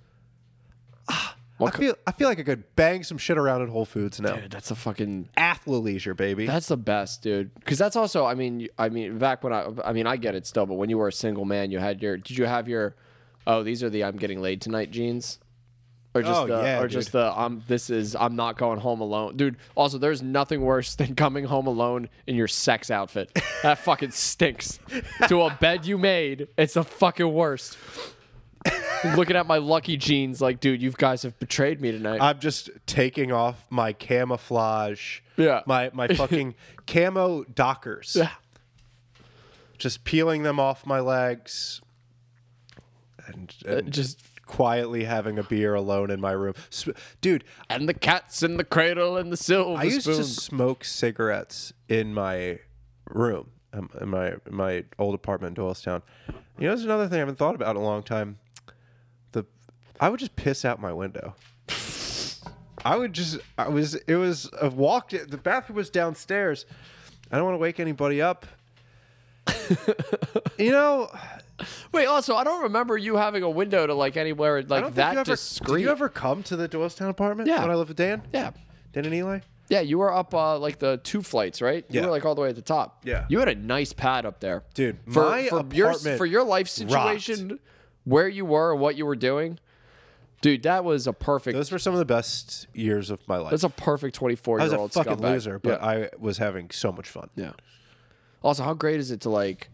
Speaker 2: Ah, I
Speaker 1: co-
Speaker 2: feel I feel like I could bang some shit around at Whole Foods now.
Speaker 1: Dude, that's a fucking.
Speaker 2: Athleisure, baby.
Speaker 1: That's the best, dude. Because that's also, I mean, you- I mean, back when I, I mean, I get it still, but when you were a single man, you had your. Did you have your? Oh, these are the I'm getting laid tonight jeans. Or just
Speaker 2: Oh,
Speaker 1: the,
Speaker 2: yeah,
Speaker 1: or
Speaker 2: dude.
Speaker 1: just the I'm this is I'm not going home alone, dude. Also, there's nothing worse than coming home alone in your sex outfit. That fucking stinks. to a bed you made, it's the fucking worst. Looking at my lucky jeans, like, dude, you guys have betrayed me tonight.
Speaker 2: I'm just taking off my camouflage.
Speaker 1: Yeah.
Speaker 2: My my fucking camo dockers.
Speaker 1: Yeah.
Speaker 2: Just peeling them off my legs. And, and
Speaker 1: Uh, just-
Speaker 2: quietly having a beer alone in my room. Sp- Dude,
Speaker 1: and the cats in the cradle and the silver
Speaker 2: I used
Speaker 1: spoon.
Speaker 2: to smoke cigarettes in my room, um, in my in my old apartment in Doylestown. You know, there's another thing I haven't thought about in a long time. The I would just piss out my window. I would just I was it was I walked the bathroom was downstairs. I don't want to wake anybody up. you know,
Speaker 1: Wait, also, I don't remember you having a window to like anywhere
Speaker 2: I
Speaker 1: like
Speaker 2: don't
Speaker 1: that
Speaker 2: think you ever
Speaker 1: discreet.
Speaker 2: did you ever come to the Doylestown apartment
Speaker 1: Yeah.
Speaker 2: when I lived with Dan?
Speaker 1: yeah.
Speaker 2: Dan and Eli?
Speaker 1: Yeah, you were up uh, like the two flights, right? You
Speaker 2: Yeah.
Speaker 1: were like all the way at the top.
Speaker 2: Yeah.
Speaker 1: You had a nice pad up there.
Speaker 2: Dude,
Speaker 1: for,
Speaker 2: my
Speaker 1: for your,
Speaker 2: apartment
Speaker 1: for your life
Speaker 2: rocked.
Speaker 1: situation, where you were and what you were doing, dude, that was a perfect.
Speaker 2: Those were some of the best years of my life.
Speaker 1: that's a perfect 24
Speaker 2: I was
Speaker 1: year
Speaker 2: a
Speaker 1: old
Speaker 2: fucking
Speaker 1: scumbag.
Speaker 2: loser, but
Speaker 1: yeah.
Speaker 2: I was having so much fun.
Speaker 1: Yeah. Also, how great is it to like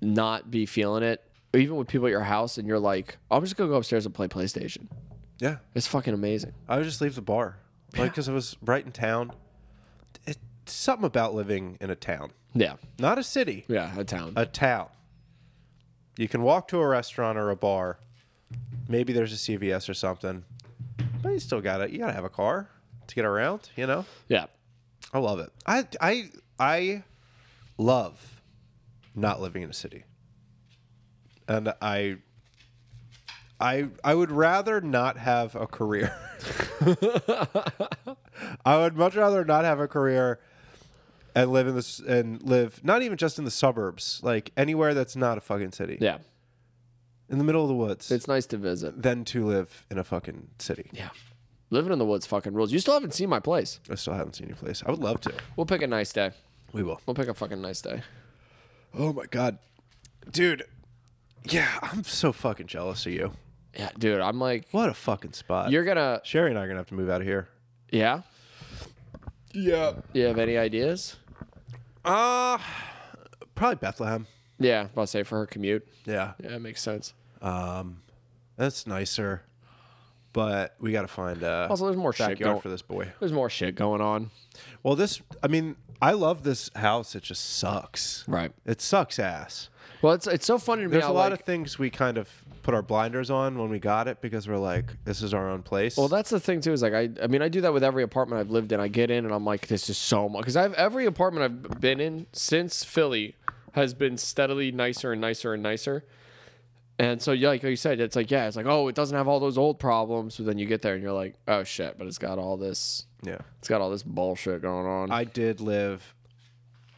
Speaker 1: not be feeling it, even with people at your house, and you're like, I'm just gonna go upstairs and play PlayStation.
Speaker 2: Yeah,
Speaker 1: It's fucking amazing.
Speaker 2: I would just leave the bar, like because I was right in town. It's something about living in a town,
Speaker 1: Yeah.
Speaker 2: not a city,
Speaker 1: Yeah, a town.
Speaker 2: a town. You can walk to a restaurant or a bar. Maybe there's a CVS or something, but you still gotta you gotta have a car to get around. You know,
Speaker 1: yeah.
Speaker 2: I love it. I I I love not living in a city. And I I I would rather not have a career. I would much rather not have a career and live in this and live not even just in the suburbs, like anywhere that's not a fucking city.
Speaker 1: Yeah.
Speaker 2: In the middle of the woods.
Speaker 1: It's nice to visit.
Speaker 2: than to live in a fucking city.
Speaker 1: Yeah. Living in the woods fucking rules. You still haven't seen my place.
Speaker 2: I still haven't seen your place. I would love to.
Speaker 1: We'll pick a nice day.
Speaker 2: We will.
Speaker 1: We'll pick a fucking nice day.
Speaker 2: Oh my god, dude. Yeah, I'm so fucking jealous of you.
Speaker 1: Yeah, dude, I'm like,
Speaker 2: What a fucking spot.
Speaker 1: you're gonna,
Speaker 2: Sherry and I are gonna have to move out of here.
Speaker 1: yeah?
Speaker 2: Yeah.
Speaker 1: You have any ideas?
Speaker 2: Uh probably Bethlehem.
Speaker 1: Yeah, I'll say for her commute.
Speaker 2: Yeah,
Speaker 1: Yeah, it makes sense.
Speaker 2: that's nicer. but we got to find uh,
Speaker 1: Also, there's more shit
Speaker 2: backyard
Speaker 1: going-
Speaker 2: for this boy.
Speaker 1: There's more shit going on.
Speaker 2: Well, this, I mean, I love this house. It just sucks.
Speaker 1: Right.
Speaker 2: It sucks ass.
Speaker 1: Well, it's it's so funny to me.
Speaker 2: There's
Speaker 1: how,
Speaker 2: a lot
Speaker 1: like-
Speaker 2: of things we kind of put our blinders on when we got it because we're like, this is our own place.
Speaker 1: Well, that's the thing too. Is like I, I mean, I do that with every apartment I've lived in. I get in and I'm like, this is so much. Because I've every apartment I've been in since Philly has been steadily nicer and nicer and nicer. And so, yeah, like you said, it's like, yeah, it's like, oh, it doesn't have all those old problems. But then you get there and you're like, oh shit, but it's got all this,
Speaker 2: yeah.
Speaker 1: it's got all this bullshit going on.
Speaker 2: I did live,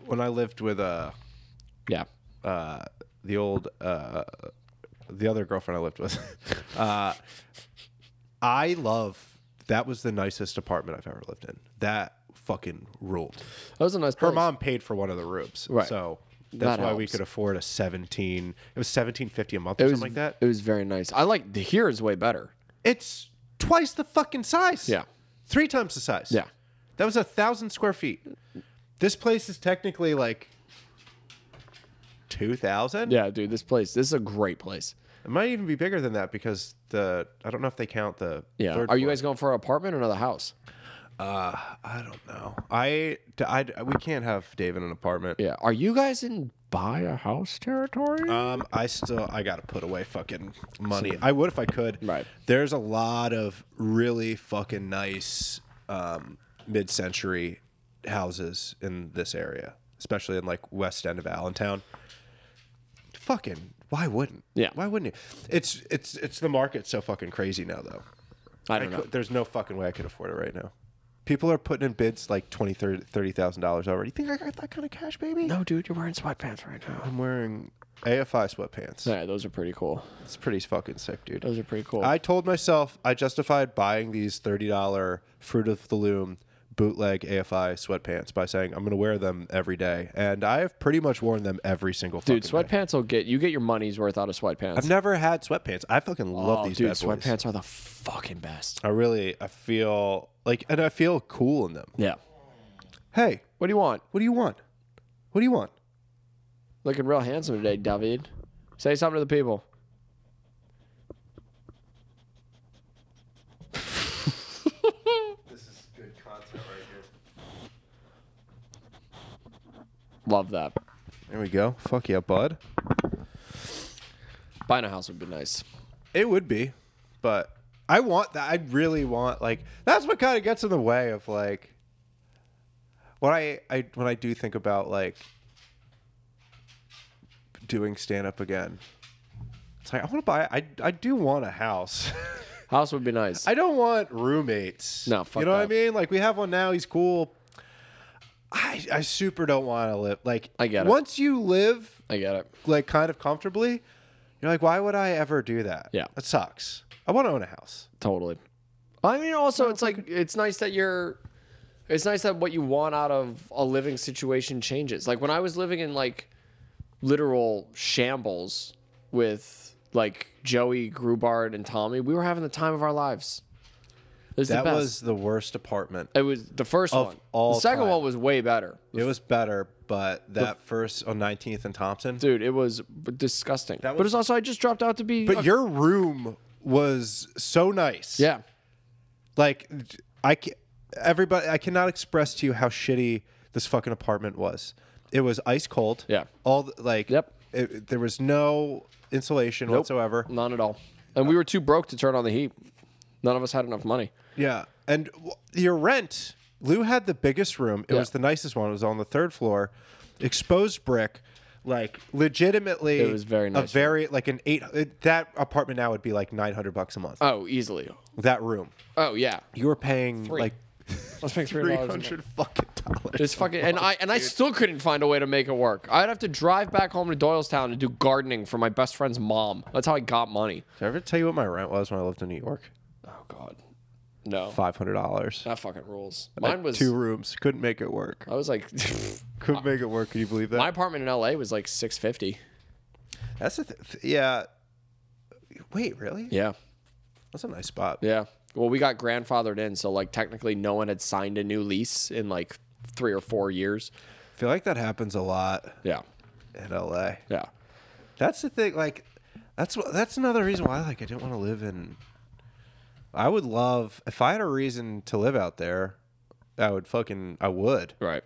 Speaker 2: when I lived with uh,
Speaker 1: yeah,
Speaker 2: uh, the old, uh, the other girlfriend I lived with, uh, I love, that was the nicest apartment I've ever lived in. That fucking ruled.
Speaker 1: that was a nice.
Speaker 2: her
Speaker 1: place.
Speaker 2: mom paid for one of the rooms,
Speaker 1: Right.
Speaker 2: So
Speaker 1: That
Speaker 2: that's why we
Speaker 1: helps.
Speaker 2: could afford a seventeen. It was seventeen fifty a month
Speaker 1: It
Speaker 2: or
Speaker 1: was
Speaker 2: something like that.
Speaker 1: It was very nice. I like the here is way better.
Speaker 2: It's twice the fucking size.
Speaker 1: Yeah.
Speaker 2: three times the size.
Speaker 1: Yeah.
Speaker 2: that was a thousand square feet. This place is technically like two thousand.
Speaker 1: Yeah, dude, this place, this is a great place.
Speaker 2: it might even be bigger than that because the I don't know if they count the.
Speaker 1: Yeah.
Speaker 2: third
Speaker 1: Are you
Speaker 2: floor.
Speaker 1: guys going for an apartment or another house?
Speaker 2: I don't know. I, I we can't have Dave in an apartment.
Speaker 1: Yeah. Are you guys in buy a house territory?
Speaker 2: Um, I still I gotta put away fucking money. I would if I could.
Speaker 1: Right.
Speaker 2: There's a lot of really fucking nice um, mid-century houses in this area, especially in like West End of Allentown. Fucking, why wouldn't?
Speaker 1: Yeah.
Speaker 2: Why wouldn't you? It's it's it's the market's so fucking crazy now though.
Speaker 1: I
Speaker 2: I
Speaker 1: don't know.
Speaker 2: cou- there's no fucking way I could afford it right now. People are putting in bids like twenty, thirty, thirty thousand dollars already. Think I got that kind of cash, baby?
Speaker 1: No, dude, you're wearing sweatpants right now.
Speaker 2: I'm wearing AFI sweatpants.
Speaker 1: Yeah, those are pretty cool.
Speaker 2: It's pretty fucking sick, dude.
Speaker 1: Those are pretty cool.
Speaker 2: I told myself I justified buying these $30 Fruit of the Loom bootleg AFI sweatpants by saying I'm going to wear them every day. And I have pretty much worn them every single fucking
Speaker 1: dude,
Speaker 2: day.
Speaker 1: sweatpants will get you get your money's worth out of sweatpants.
Speaker 2: I've never had sweatpants. I fucking love
Speaker 1: Oh,
Speaker 2: these
Speaker 1: dude,
Speaker 2: bad boys.
Speaker 1: sweatpants are the fucking best.
Speaker 2: I really, I feel like, and I feel cool in them.
Speaker 1: Yeah.
Speaker 2: Hey,
Speaker 1: What do you want?
Speaker 2: what do you want? What do you want?
Speaker 1: Looking real handsome today, David. Say something to the people.
Speaker 2: This is good content right here.
Speaker 1: Love that.
Speaker 2: There we go. Fuck yeah, bud.
Speaker 1: Buying a house would be nice.
Speaker 2: It would be, but I want that. I really want like that's what kind of gets in the way of like when I, I when I do think about like doing stand up again. It's like I want to buy. I I do want a house.
Speaker 1: House would be nice.
Speaker 2: I don't want roommates.
Speaker 1: No, fuck
Speaker 2: you know what I
Speaker 1: that.
Speaker 2: mean. Like we have one now. He's cool. I I super don't want to live. Like
Speaker 1: I get it.
Speaker 2: Once you live
Speaker 1: I get it.
Speaker 2: like kind of comfortably, you're like, why would I ever do that?
Speaker 1: Yeah.
Speaker 2: that sucks. I want to own a house.
Speaker 1: Totally. I mean, also, it's like it's nice that you're. It's nice that what you want out of a living situation changes. Like when I was living in like literal shambles with like Joey Grubard and Tommy, we were having the time of our lives. It was
Speaker 2: That
Speaker 1: the best.
Speaker 2: was the worst apartment.
Speaker 1: it was the first
Speaker 2: of
Speaker 1: one.
Speaker 2: all
Speaker 1: the second
Speaker 2: time.
Speaker 1: one was way better,
Speaker 2: It was better, but that first on 19th and Thompson.
Speaker 1: dude. It was b- disgusting. but
Speaker 2: was-
Speaker 1: it's also I just dropped out to be.
Speaker 2: but
Speaker 1: a-
Speaker 2: your room was so nice.
Speaker 1: yeah,
Speaker 2: Like I ca- everybody I cannot express to you how shitty this fucking apartment was. It was ice cold.
Speaker 1: Yeah.
Speaker 2: All the, like
Speaker 1: Yep.
Speaker 2: it- there was no insulation
Speaker 1: Nope.
Speaker 2: whatsoever.
Speaker 1: none at all. And we were too broke to turn on the heat. None of us had enough money.
Speaker 2: Yeah, and w- your rent. Lou had the biggest room. It
Speaker 1: Yeah.
Speaker 2: was the nicest one. It was on the third floor, exposed brick, like legitimately.
Speaker 1: It was very
Speaker 2: A
Speaker 1: nice
Speaker 2: very like an eight. It, that apartment now would be like nine hundred bucks a month.
Speaker 1: Oh, easily.
Speaker 2: that room,
Speaker 1: Oh yeah.
Speaker 2: you were paying like
Speaker 1: Let's make three
Speaker 2: three
Speaker 1: dollars. a month.
Speaker 2: hundred fucking dollars.
Speaker 1: It's fucking and I and I still couldn't find a way to make it work. I'd have to drive back home to Doylestown and do gardening for my best friend's mom. That's how I got money.
Speaker 2: Did I ever tell you what my rent was when I lived in New York?
Speaker 1: Oh God, no,
Speaker 2: Five hundred dollars.
Speaker 1: that fucking rules. Uh, Mine was
Speaker 2: two rooms. Couldn't make it work.
Speaker 1: I was like,
Speaker 2: Couldn't make it work. Can you believe that?
Speaker 1: my apartment in L.A. was like six fifty.
Speaker 2: That's the th- yeah. Wait, really?
Speaker 1: Yeah,
Speaker 2: That's a nice spot.
Speaker 1: yeah. Well, we got grandfathered in, so like technically no one had signed a new lease in like three or four years.
Speaker 2: I feel like that happens a lot.
Speaker 1: Yeah,
Speaker 2: in LA.
Speaker 1: yeah.
Speaker 2: That's the thing. Like, that's wh- that's another reason why like I didn't want to live in I would love if I had a reason to live out there. I would fucking I would,
Speaker 1: Right.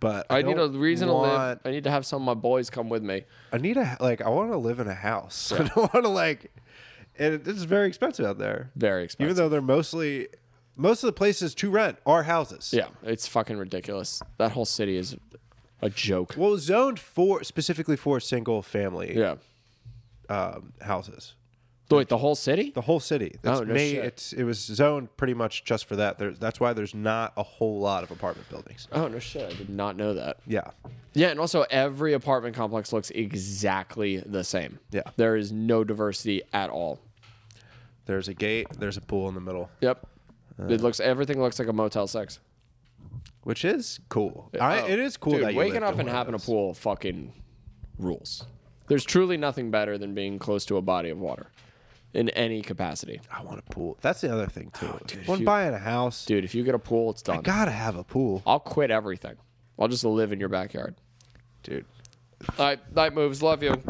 Speaker 2: but
Speaker 1: I,
Speaker 2: I,
Speaker 1: need a
Speaker 2: don't
Speaker 1: reason to live.
Speaker 2: want-
Speaker 1: I need to have some of my boys come with me.
Speaker 2: I need a like. I want to live in a house. I don't want to like. And it- it's very expensive out there.
Speaker 1: Very expensive.
Speaker 2: Even though they're mostly, most of the places to rent are houses.
Speaker 1: yeah, it's fucking ridiculous. That whole city is a joke.
Speaker 2: Well, zoned for specifically for single family
Speaker 1: Yeah.
Speaker 2: um, houses.
Speaker 1: Wait, the whole city?
Speaker 2: The whole city. That's
Speaker 1: Oh, no
Speaker 2: made-
Speaker 1: shit.
Speaker 2: It's it was zoned pretty much just for that. There, that's why there's not a whole lot of apartment buildings.
Speaker 1: Oh no shit! I did not know that.
Speaker 2: Yeah.
Speaker 1: Yeah, and also every apartment complex looks exactly the same.
Speaker 2: Yeah.
Speaker 1: There is no diversity at all.
Speaker 2: There's a gate. There's a pool in the middle,
Speaker 1: Yep. it looks everything looks like a Motel Six.
Speaker 2: which is cool. I,
Speaker 1: Oh,
Speaker 2: it is cool
Speaker 1: Dude,
Speaker 2: that you
Speaker 1: waking
Speaker 2: lived
Speaker 1: up
Speaker 2: in
Speaker 1: and
Speaker 2: one of
Speaker 1: having a
Speaker 2: those.
Speaker 1: pool fucking rules. There's truly nothing better than being close to a body of water in any capacity.
Speaker 2: I want a pool. That's the other thing too.
Speaker 1: Oh, dude,
Speaker 2: Dude,
Speaker 1: if
Speaker 2: when
Speaker 1: you-
Speaker 2: buying a house,
Speaker 1: Dude, if you get a pool, it's
Speaker 2: I
Speaker 1: done.
Speaker 2: gotta have a pool,
Speaker 1: I'll quit everything. I'll just live in your backyard.
Speaker 2: dude.
Speaker 1: All right, night moves. Love you.